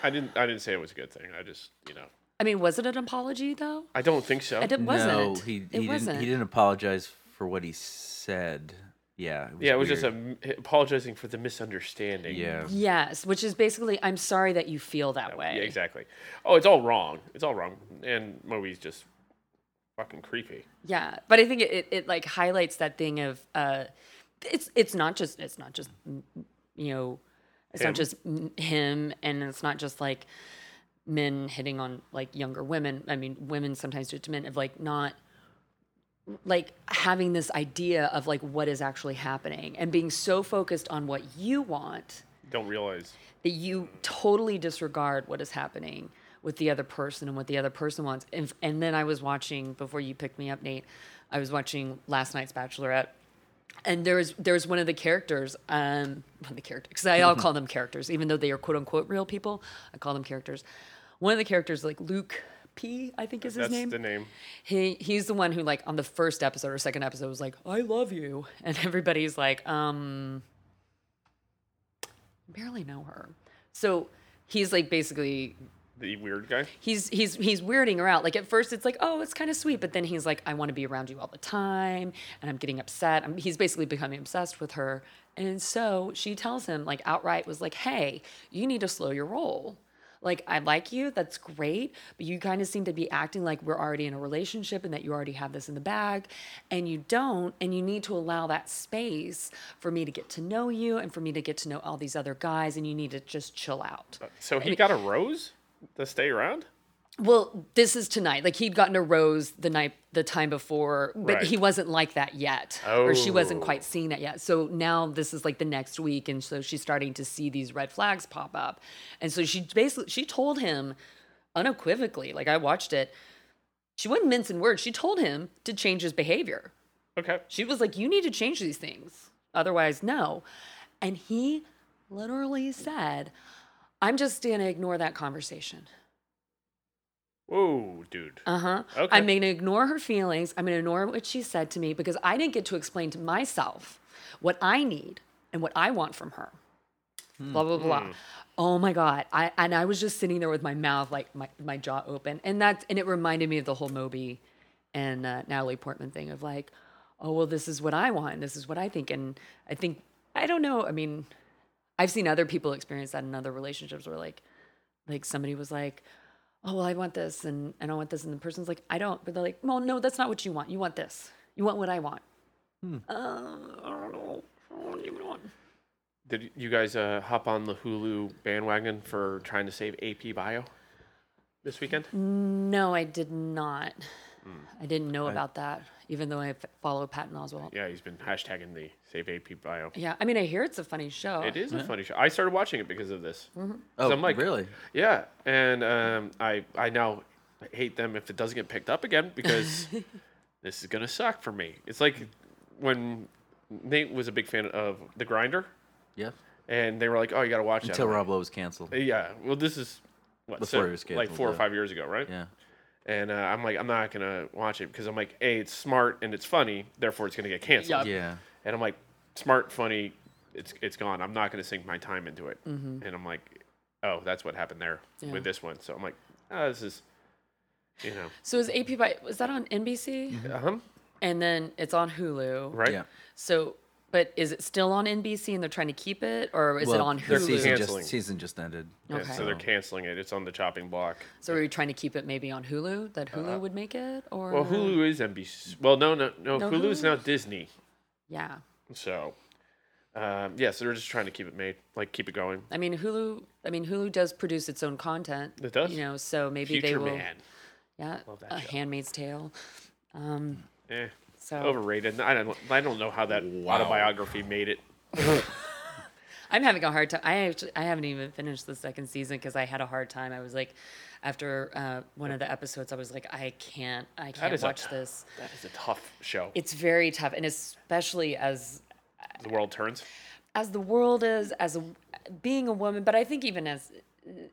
Speaker 1: I didn't. I didn't say it was a good thing. I just, you know,
Speaker 2: I mean, was it an apology though?
Speaker 1: I don't think so.
Speaker 2: It wasn't.
Speaker 3: No, he, he
Speaker 2: it
Speaker 3: didn't.
Speaker 2: wasn't.
Speaker 3: He didn't apologize for what he said. Yeah.
Speaker 1: yeah, it was just a
Speaker 3: weird.
Speaker 1: m- apologizing for the misunderstanding.
Speaker 3: Yeah.
Speaker 2: Yes, which is basically, I'm sorry that you feel that way.
Speaker 1: Yeah, exactly. Oh, it's all wrong. It's all wrong. And Moe's just fucking creepy.
Speaker 2: Yeah, but I think it, it, it like highlights that thing of uh, it's it's not just it's not just mm, you know it's
Speaker 1: Him.
Speaker 2: not just mm, him and it's not just like men hitting on like younger women. I mean, women sometimes do it to men of like not like having this idea of like what is actually happening and being so focused on what you want
Speaker 1: Don't realize.
Speaker 2: that you totally disregard what is happening with the other person and what the other person wants. And, and then I was watching before you picked me up, Nate. I was watching last night's Bachelorette, and there was there was one of the characters, um, one of the characters, because I all call them characters, even though they are quote unquote real people. I call them characters. One of the characters, like Luke P, I think is his
Speaker 1: That's
Speaker 2: name
Speaker 1: the name.
Speaker 2: he he's the one who like on the first episode or second episode was like i love you and everybody's like um barely know her so he's like basically
Speaker 1: The weird guy.
Speaker 2: he's he's he's weirding her out like at first it's like oh it's kind of sweet but then he's like i want to be around you all the time and i'm getting upset I'm, he's basically becoming obsessed with her and so she tells him like outright was like hey you need to slow your roll like i like you that's great but you kind of seem to be acting like we're already in a relationship and that you already have this in the bag and you don't and you need to allow that space for me to get to know you and for me to get to know all these other guys and you need to just chill out
Speaker 1: So he got a rose to stay around?
Speaker 2: well, this is tonight. Like he'd gotten a rose the night, the time before, but
Speaker 1: Right.
Speaker 2: he wasn't like that yet, or she wasn't
Speaker 1: Oh.
Speaker 2: quite seeing that yet. So now this is like the next week, and so she's starting to see these red flags pop up, and so she basically she told him unequivocally, like I watched it, she wasn't mincing words. She told him to change his behavior.
Speaker 1: Okay.
Speaker 2: She was like, "You need to change these things, otherwise, no." And he literally said, "I'm just gonna ignore that conversation."
Speaker 1: Whoa, dude.
Speaker 2: Uh huh.
Speaker 1: Okay.
Speaker 2: I'm going to ignore her feelings. I'm going to ignore what she said to me because I didn't get to explain to myself what I need and what I want from her. Blah blah blah. Oh my god! I and I was just sitting there with my mouth like my, my jaw open, and that's and it reminded me of the whole Moby and uh, Natalie Portman thing of like, oh well, this is what I want, and this is what I think, and I think I don't know. I mean, I've seen other people experience that in other relationships where like like somebody was like, Oh well I want this and I don't want this and the person's like, I don't but they're like, Well no, that's not what you want. You want this. You want what I want.
Speaker 1: Hmm.
Speaker 2: Uh, I don't know. I don't even want.
Speaker 1: Did you guys uh, hop on the Hulu bandwagon for trying to save AP Bio this weekend?
Speaker 2: Mm. No, I did not.
Speaker 1: Hmm.
Speaker 2: I didn't know about that, even though I f- follow Patton Oswalt. Yeah.
Speaker 1: Yeah, he's been hashtagging the Save AP Bio.
Speaker 2: I mean, I hear it's a funny show.
Speaker 1: It is a funny show. I started watching it because of this.
Speaker 2: Mm-hmm.
Speaker 3: Oh,
Speaker 1: I'm like-
Speaker 3: really?
Speaker 1: Yeah, and um, I I now hate them if it doesn't get picked up again because this is gonna suck for me. It's like when Nate was a big fan of The Grinder,
Speaker 3: Yeah.
Speaker 1: and they were like, "Oh, you gotta watch that."
Speaker 3: Until
Speaker 1: I'm
Speaker 3: Rob Lowe was canceled.
Speaker 1: like, Yeah, well, this is what
Speaker 3: Before
Speaker 1: so-
Speaker 3: it was
Speaker 1: like
Speaker 3: canceled,
Speaker 1: four or
Speaker 3: yeah.
Speaker 1: five years ago, right?
Speaker 3: Yeah.
Speaker 1: And uh, I'm like, I'm not gonna watch it because I'm like, a, it's smart and it's funny, therefore it's gonna get canceled.
Speaker 2: Yeah.
Speaker 3: Yeah.
Speaker 1: And I'm like, smart, funny, it's it's gone. I'm not going to sink my time into it. And I'm like, oh, that's what happened there
Speaker 2: Yeah.
Speaker 1: with this one. So I'm like, ah, this is, you know,
Speaker 2: So is AP by was that on NBC?
Speaker 1: uh-huh,
Speaker 2: And then it's on Hulu.
Speaker 1: right?
Speaker 3: Yeah.
Speaker 2: So but is it still on NBC and they're trying to keep it or is it on
Speaker 3: their
Speaker 2: Hulu?
Speaker 3: season
Speaker 1: Canceling.
Speaker 3: just season just ended.
Speaker 1: Yeah,
Speaker 2: Okay.
Speaker 1: So they're canceling it. It's on the chopping block.
Speaker 2: So are you trying to keep it maybe on Hulu that Hulu would make it or
Speaker 1: Uh, Well, Hulu is NBC. Well, no, no, Mm-hmm. no.
Speaker 2: No,
Speaker 1: Hulu is
Speaker 2: Hulu?
Speaker 1: now Disney.
Speaker 2: Yeah.
Speaker 1: So, um, yeah, so they're just trying to keep it made, like keep it going.
Speaker 2: I mean Hulu I mean Hulu does produce its own content.
Speaker 1: It does.
Speaker 2: You know, so maybe they
Speaker 1: Future
Speaker 2: will
Speaker 1: Man.
Speaker 2: Yeah.
Speaker 1: that
Speaker 2: A
Speaker 1: show.
Speaker 2: Handmaid's Tale.
Speaker 1: Eh,
Speaker 2: So
Speaker 1: overrated. I don't. I don't know how that autobiography made it.
Speaker 2: I'm having a hard time. I actually I haven't even finished the second season because I had a hard time. I was like, after uh, one of the episodes, I was like, I can't, I can't
Speaker 1: is a-
Speaker 2: watch this.
Speaker 1: That is a tough show.
Speaker 2: It's very tough, and especially as
Speaker 1: the world turns.
Speaker 2: as the world is, as a, being a woman, but I think even as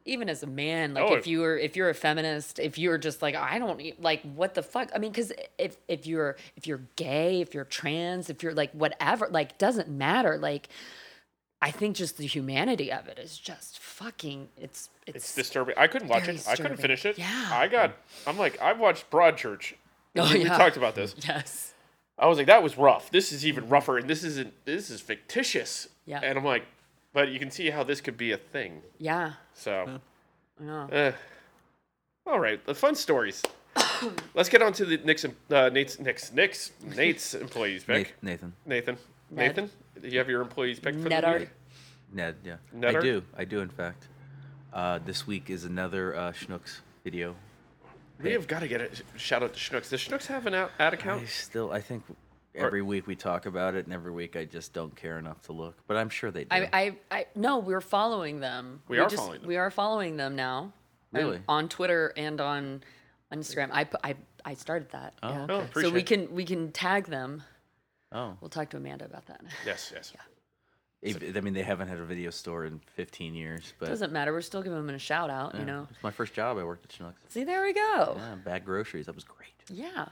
Speaker 2: even as a man, like
Speaker 1: Oh,
Speaker 2: if you were if you're a feminist, if you're just like I don't e- like what the fuck. I mean, because if if you're if you're gay, if you're trans, if you're like whatever, like doesn't matter, like. I think just the humanity of it is just fucking. It's
Speaker 1: It's
Speaker 2: it's,
Speaker 1: disturbing. I couldn't watch it.
Speaker 2: very
Speaker 1: I couldn't
Speaker 2: disturbing.
Speaker 1: finish it.
Speaker 2: Yeah.
Speaker 1: I got. I'm like, I watched Broadchurch.
Speaker 2: Oh,
Speaker 1: we, we
Speaker 2: yeah.
Speaker 1: talked about this.
Speaker 2: yes,
Speaker 1: I was like, that was rough. This is even rougher, and this isn't. This is fictitious.
Speaker 2: Yeah.
Speaker 1: And I'm like, but you can see how this could be a thing.
Speaker 2: yeah,
Speaker 1: So,
Speaker 2: yeah.
Speaker 1: eh. all right, the fun stories. Let's get on to the Nick's, em- uh, Nate's, Nick's, Nick's, Nate's employees pick.
Speaker 3: Nath- Nathan.
Speaker 1: Nathan,
Speaker 2: Ned.
Speaker 1: Nathan, do you have your employees pick for the
Speaker 2: Nedard.
Speaker 1: week?
Speaker 3: Ned, yeah.
Speaker 1: Nutter?
Speaker 3: I do. I do, in fact. Uh, this week is another uh, Schnooks video.
Speaker 1: We have got to get a shout out to Schnooks. Does Schnooks have an out, ad account?
Speaker 3: I still, I think every week we talk about it, and every week I just don't care enough to look. But I'm sure they do.
Speaker 2: I, I, I, no, we're following them.
Speaker 1: We are following them.
Speaker 2: We are following them now. um,
Speaker 3: Really?
Speaker 2: on Twitter and on Instagram. I, pu- I, I started that.
Speaker 3: Oh,
Speaker 2: yeah.
Speaker 3: okay.
Speaker 1: Oh,
Speaker 2: So
Speaker 1: appreciate
Speaker 2: we
Speaker 1: it.
Speaker 2: can we can tag them.
Speaker 3: oh,
Speaker 2: We'll talk to Amanda about that.
Speaker 1: Yes, yes.
Speaker 3: If- I mean, they haven't had a video store in 15 years, but
Speaker 2: Doesn't matter. We're still giving them a shout out. You know.
Speaker 3: it's my first job. I worked at Schnooks.
Speaker 2: See, there we go.
Speaker 3: Yeah, bag groceries. That was great.
Speaker 2: Yeah.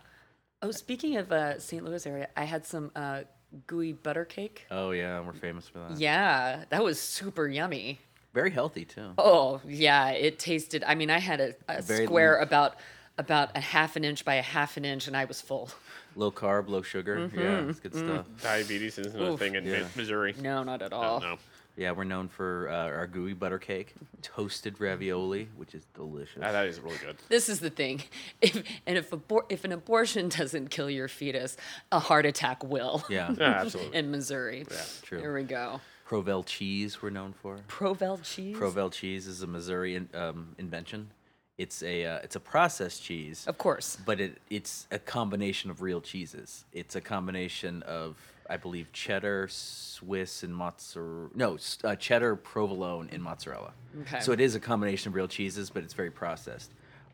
Speaker 2: Oh, speaking of uh, St. Louis area, I had some uh, gooey butter cake.
Speaker 3: Oh yeah, we're famous for
Speaker 1: Uh-huh.
Speaker 3: that.
Speaker 2: Yeah, that was super yummy.
Speaker 3: Very healthy too.
Speaker 2: Oh yeah, it tasted. I mean, I had a, a
Speaker 3: Very
Speaker 2: square
Speaker 3: lean.
Speaker 2: about about a half an inch by a half an inch, and I was full.
Speaker 3: Low carb, low sugar.
Speaker 2: Mm-hmm.
Speaker 3: Yeah, it's good stuff.
Speaker 1: Diabetes isn't a
Speaker 2: Oof.
Speaker 1: thing in Mi-
Speaker 3: Yeah.
Speaker 1: Missouri.
Speaker 2: No, not at
Speaker 1: Oh,
Speaker 2: all.
Speaker 1: no.
Speaker 3: Yeah, we're known for uh, our gooey butter cake, toasted ravioli, which is delicious.
Speaker 1: Ah, that is really good.
Speaker 2: This is the thing. If and if abor- if an abortion doesn't kill your fetus, a heart attack will.
Speaker 3: yeah,
Speaker 1: Yeah, absolutely.
Speaker 2: In Missouri. Yeah,
Speaker 3: true.
Speaker 2: Here we go.
Speaker 3: Provel cheese we're known for.
Speaker 2: Provel cheese.
Speaker 3: Provel cheese is a Missouri in, um, invention. It's a uh, it's a processed cheese.
Speaker 2: of course.
Speaker 3: but it it's a combination of real cheeses. It's a combination of I believe cheddar, Swiss, and mozzarella. No, s- uh, cheddar, provolone, and mozzarella.
Speaker 2: Okay.
Speaker 3: So it is a combination of real cheeses, but it's very processed.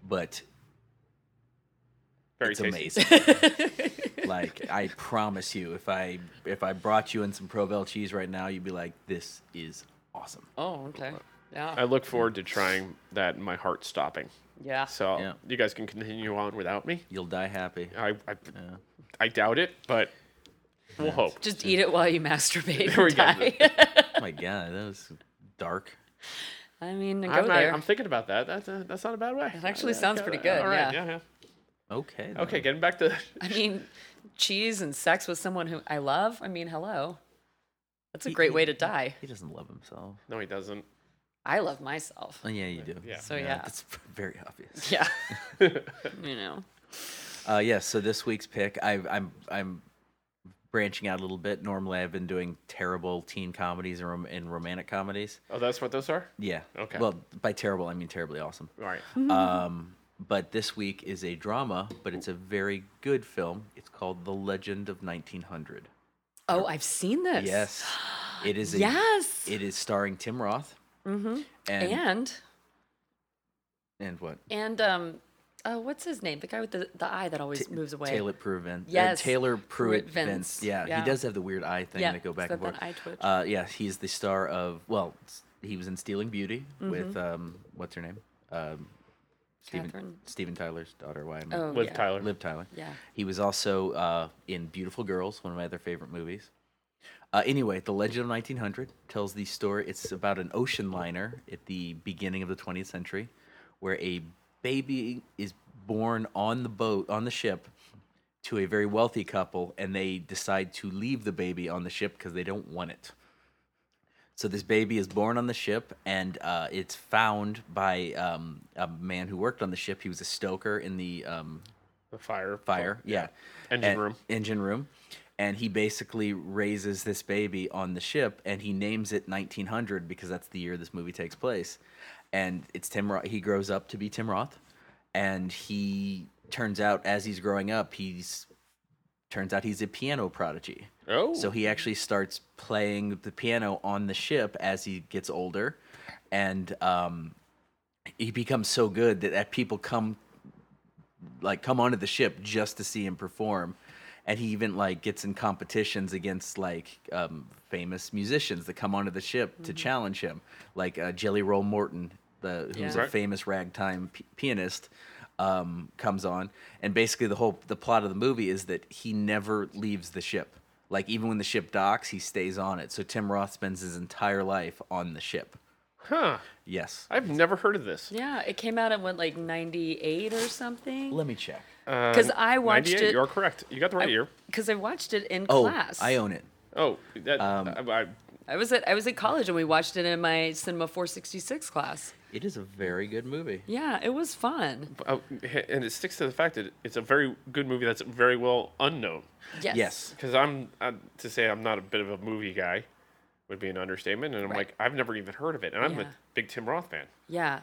Speaker 3: But
Speaker 1: Very
Speaker 3: it's
Speaker 1: tasty.
Speaker 3: amazing. like I promise you, if I if I brought you in some provel cheese right now, you'd be like, "This is awesome."
Speaker 2: Oh, okay. Yeah.
Speaker 1: I look forward to trying that and my heart stopping.
Speaker 2: yeah.
Speaker 1: So
Speaker 3: Yeah.
Speaker 1: you guys can continue on without me.
Speaker 3: You'll die happy.
Speaker 1: I I, I doubt it, but we'll hope.
Speaker 2: Just eat it while you masturbate.
Speaker 1: There we
Speaker 2: and
Speaker 1: go.
Speaker 2: die.
Speaker 3: Oh my god, that was dark.
Speaker 2: I mean, go
Speaker 1: I'm, not-
Speaker 2: there.
Speaker 1: I'm thinking about that. That's a, that's not a bad way. That
Speaker 2: actually sounds pretty good,
Speaker 1: All right.
Speaker 2: yeah.
Speaker 1: Yeah. yeah,
Speaker 3: Okay.
Speaker 1: Okay. Getting back to
Speaker 2: I mean, cheese and sex with someone who I love. I mean, hello. That's a great way to die.
Speaker 3: He doesn't love himself.
Speaker 1: no, he doesn't.
Speaker 2: I love myself.
Speaker 3: Oh, yeah, you do.
Speaker 1: Yeah.
Speaker 2: So, yeah.
Speaker 3: It's very obvious.
Speaker 2: Yeah. you know.
Speaker 3: Uh, yeah. So this week's pick, I, I'm I'm branching out a little bit. Normally, I've been doing terrible teen comedies and, rom- and romantic comedies.
Speaker 1: Oh, that's what those are.
Speaker 3: Yeah.
Speaker 1: Okay.
Speaker 3: Well, by terrible, I mean terribly awesome.
Speaker 1: All right.
Speaker 3: Um, but this week is a drama, but it's a very good film. It's called The Legend of 1900.
Speaker 2: Oh, I've seen this.
Speaker 3: Yes. It is. A,
Speaker 2: Yes.
Speaker 3: It is starring Tim Roth. Mm-hmm. And, and
Speaker 2: And
Speaker 3: what?
Speaker 2: and um uh, what's his name? The guy with the, the eye that always moves away.
Speaker 3: Taylor Pruitt Vince. or
Speaker 2: Yes,
Speaker 3: Taylor Pruitt
Speaker 2: Pruitt
Speaker 3: Vince.
Speaker 2: Vince.
Speaker 3: Yeah,
Speaker 2: Yeah.
Speaker 3: he does have the weird eye thing
Speaker 2: Yeah,
Speaker 3: that go back
Speaker 2: he's
Speaker 3: and
Speaker 2: got
Speaker 3: forth.
Speaker 2: that eye twitch.
Speaker 3: Uh, yeah, he's the star of well, s- he was in Stealing Beauty with um, what's her name? Um,
Speaker 2: Mm-hmm.
Speaker 3: Steven,
Speaker 2: Catherine?
Speaker 3: Steven Tyler's daughter. Why am I?
Speaker 2: Oh,
Speaker 1: Liv
Speaker 2: yeah.
Speaker 1: Tyler.
Speaker 3: Liv Tyler.
Speaker 2: Yeah.
Speaker 3: He was also uh, in Beautiful Girls, one of my other favorite movies. Uh, anyway, The Legend of 1900 tells the story. It's about an ocean liner at the beginning of the 20th century where a baby is born on the boat, on the ship, to a very wealthy couple, and they decide to leave the baby on the ship because they don't want it. So this baby is born on the ship, and uh, it's found by um, a man who worked on the ship. He was a stoker in the um,
Speaker 1: The fire. Oh.
Speaker 3: fire. Yeah.
Speaker 1: Engine
Speaker 3: And-
Speaker 1: room.
Speaker 3: Engine room. And he basically raises this baby on the ship and he names it 1900 because that's the year this movie takes place. And it's Tim Roth. He grows up to be Tim Roth. And he turns out, as he's growing up, he's turns out he's a piano prodigy.
Speaker 1: Oh.
Speaker 3: So he actually starts playing the piano on the ship as he gets older. And um, he becomes so good that, that people come like come onto the ship just to see him perform and he even like gets in competitions against like um, famous musicians that come onto the ship to challenge him like uh, jelly roll morton the, who's
Speaker 2: Yeah.
Speaker 3: a
Speaker 1: Right.
Speaker 3: famous ragtime p- pianist um, comes on and basically the whole the plot of the movie is that he never leaves the ship like even when the ship docks he stays on it so tim roth spends his entire life on the ship
Speaker 1: Huh.
Speaker 3: yes
Speaker 1: I've never heard of this.
Speaker 2: Yeah, it came out at what, like 98 or something?
Speaker 3: let me check
Speaker 2: Because
Speaker 3: uh,
Speaker 2: I watched
Speaker 1: 98,
Speaker 2: it.
Speaker 1: You're correct. You got the right year.
Speaker 2: Because I watched it in
Speaker 3: oh
Speaker 2: class.
Speaker 3: i own it
Speaker 1: Oh, that,
Speaker 2: Um,
Speaker 1: I, I,
Speaker 2: I was at I was at college and we watched it in my Cinema 466 class.
Speaker 3: it is a very good movie
Speaker 2: Yeah, it was fun.
Speaker 1: oh, and it sticks to the fact that it's a very good movie that's very well unknown.
Speaker 2: Yes.
Speaker 3: yes.
Speaker 1: Because I'm, i to say I'm not a bit of a movie guy would be an understatement, and I'm
Speaker 2: Right.
Speaker 1: like I've never even heard of it, and I'm a
Speaker 2: Yeah.
Speaker 1: big Tim Roth fan.
Speaker 2: Yeah.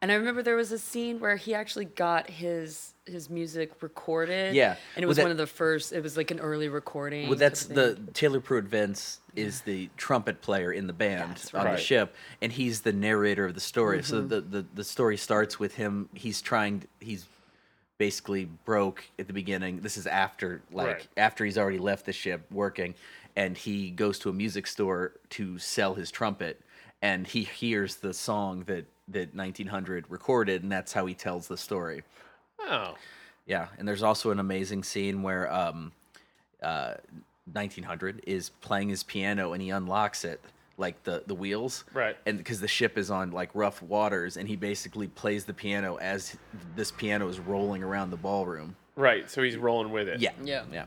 Speaker 2: And I remember there was a scene where he actually got his his music recorded.
Speaker 3: Yeah.
Speaker 2: And it
Speaker 3: Well,
Speaker 2: was
Speaker 3: that-
Speaker 2: one of the first it was like an early recording.
Speaker 3: Well,
Speaker 2: type
Speaker 3: that's
Speaker 2: of
Speaker 3: the
Speaker 2: thing.
Speaker 3: Taylor Pruitt Vince is the trumpet player in the band
Speaker 2: That's
Speaker 3: on
Speaker 1: right.
Speaker 3: the ship, and he's the narrator of the story. So the, the the story starts with him. He's trying. He's basically broke at the beginning. This is after like
Speaker 1: Right.
Speaker 3: after he's already left the ship working, and he goes to a music store to sell his trumpet, and he hears the song that that 1900 recorded, and that's how he tells the story.
Speaker 1: Oh,
Speaker 3: Yeah, and there's also an amazing scene where um, uh, 1900 is playing his piano and he unlocks it like the the wheels,
Speaker 1: Right.
Speaker 3: And because the ship is on like rough waters, and he basically plays the piano as this piano is rolling around the ballroom.
Speaker 1: right. So he's rolling with it.
Speaker 3: Yeah,
Speaker 2: Yeah.
Speaker 3: yeah.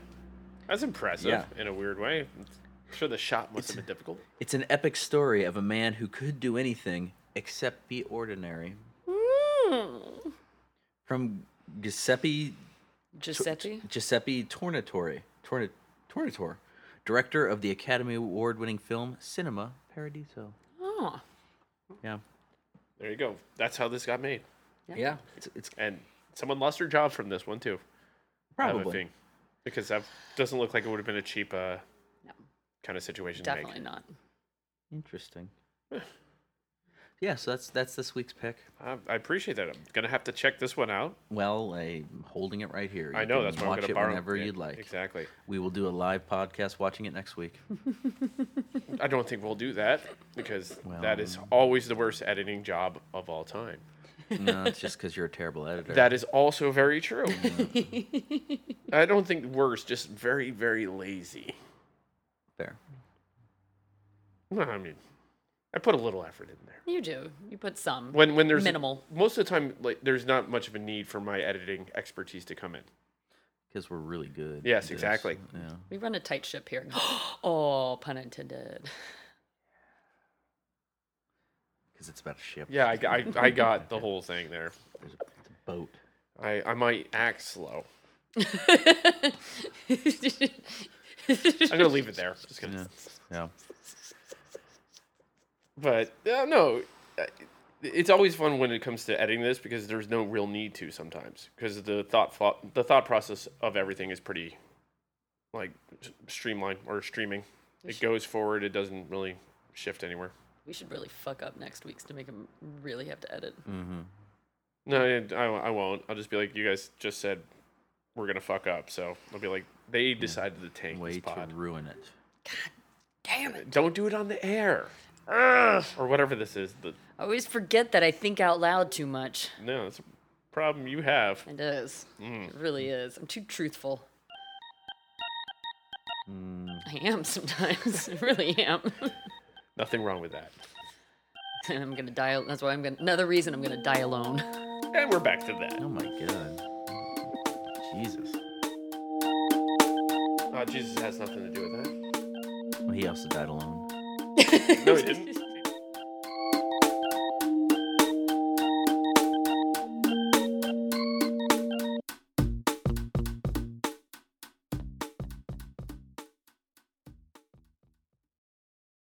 Speaker 1: that's impressive
Speaker 3: Yeah.
Speaker 1: in a weird way. I'm sure the shot must have been difficult.
Speaker 3: It's an epic story of a man who could do anything except be ordinary.
Speaker 2: Hmm.
Speaker 3: From Giuseppe
Speaker 2: Giuseppe.
Speaker 3: Giuseppe Tornatore, Torna- Tornator, director of the Academy Award-winning film Cinema Paradiso.
Speaker 2: Oh.
Speaker 3: Yeah,
Speaker 1: There you go. That's how this got made,
Speaker 3: yeah, it's, it's
Speaker 1: and someone lost their job from this one too. I have a
Speaker 3: probably
Speaker 1: thing. because that doesn't look like it would have been a cheap uh, kind of situation
Speaker 2: Definitely
Speaker 1: to
Speaker 2: not.
Speaker 3: interesting. yeah, so that's that's this week's pick.
Speaker 1: make. I, I appreciate that. I'm gonna have to check this one out.
Speaker 3: Well, I'm holding it right here.
Speaker 1: I
Speaker 3: You
Speaker 1: know
Speaker 3: can
Speaker 1: that's why I'm
Speaker 3: watch
Speaker 1: gonna
Speaker 3: it
Speaker 1: borrow
Speaker 3: whenever
Speaker 1: Yeah,
Speaker 3: you'd like.
Speaker 1: Exactly.
Speaker 3: We will do a live podcast watching it next week.
Speaker 1: I don't think we'll do that because that is
Speaker 3: Well-
Speaker 1: always the worst editing job of all time.
Speaker 3: no, it's just because you're a terrible editor.
Speaker 1: That is also very true. I don't think worse, just very, very lazy.
Speaker 3: fair.
Speaker 1: No, I mean, I put a little effort in there.
Speaker 2: You do. You put some.
Speaker 1: When when there's
Speaker 2: Minimal.
Speaker 1: most of the time, like there's not much of a need for my editing expertise to come in.
Speaker 3: Because we're really good.
Speaker 1: Yes,
Speaker 3: at this.
Speaker 1: exactly.
Speaker 3: Yeah.
Speaker 2: We run a tight ship here. oh, pun intended.
Speaker 3: Because it's about a ship.
Speaker 1: Yeah, I, I, I got the whole thing there.
Speaker 3: There's a, it's a boat.
Speaker 1: I, I might act slow. I'm gonna leave it there. Just gonna,
Speaker 3: Yeah. Yeah.
Speaker 1: But uh, no, uh, it's always fun when it comes to editing this because there's no real need to sometimes because the thought fo- the thought process of everything is pretty like s- streamlined or streaming. It goes forward. It doesn't really shift anywhere.
Speaker 2: we should really fuck up next week's to make him really have to edit.
Speaker 1: No, I, I I won't. I'll just be like, you guys just said we're gonna fuck up, so I'll be like, they decided to tank
Speaker 3: Way
Speaker 1: this
Speaker 3: to
Speaker 1: pod.
Speaker 3: ruin it.
Speaker 2: Damn it.
Speaker 1: Don't do it on the air. Ugh, or whatever this is. The,
Speaker 2: I always forget that I think out loud too much.
Speaker 1: no, it's a problem you have.
Speaker 2: It is. It really is. I'm too truthful. I am sometimes. I really am.
Speaker 1: Nothing wrong with that.
Speaker 2: and I'm gonna die. That's why I'm gonna. Another reason I'm gonna die alone.
Speaker 1: And we're back to that.
Speaker 3: Oh my god. Jesus.
Speaker 1: Oh, Jesus has nothing to do with that.
Speaker 3: Well, he also died alone.
Speaker 1: No, he didn't.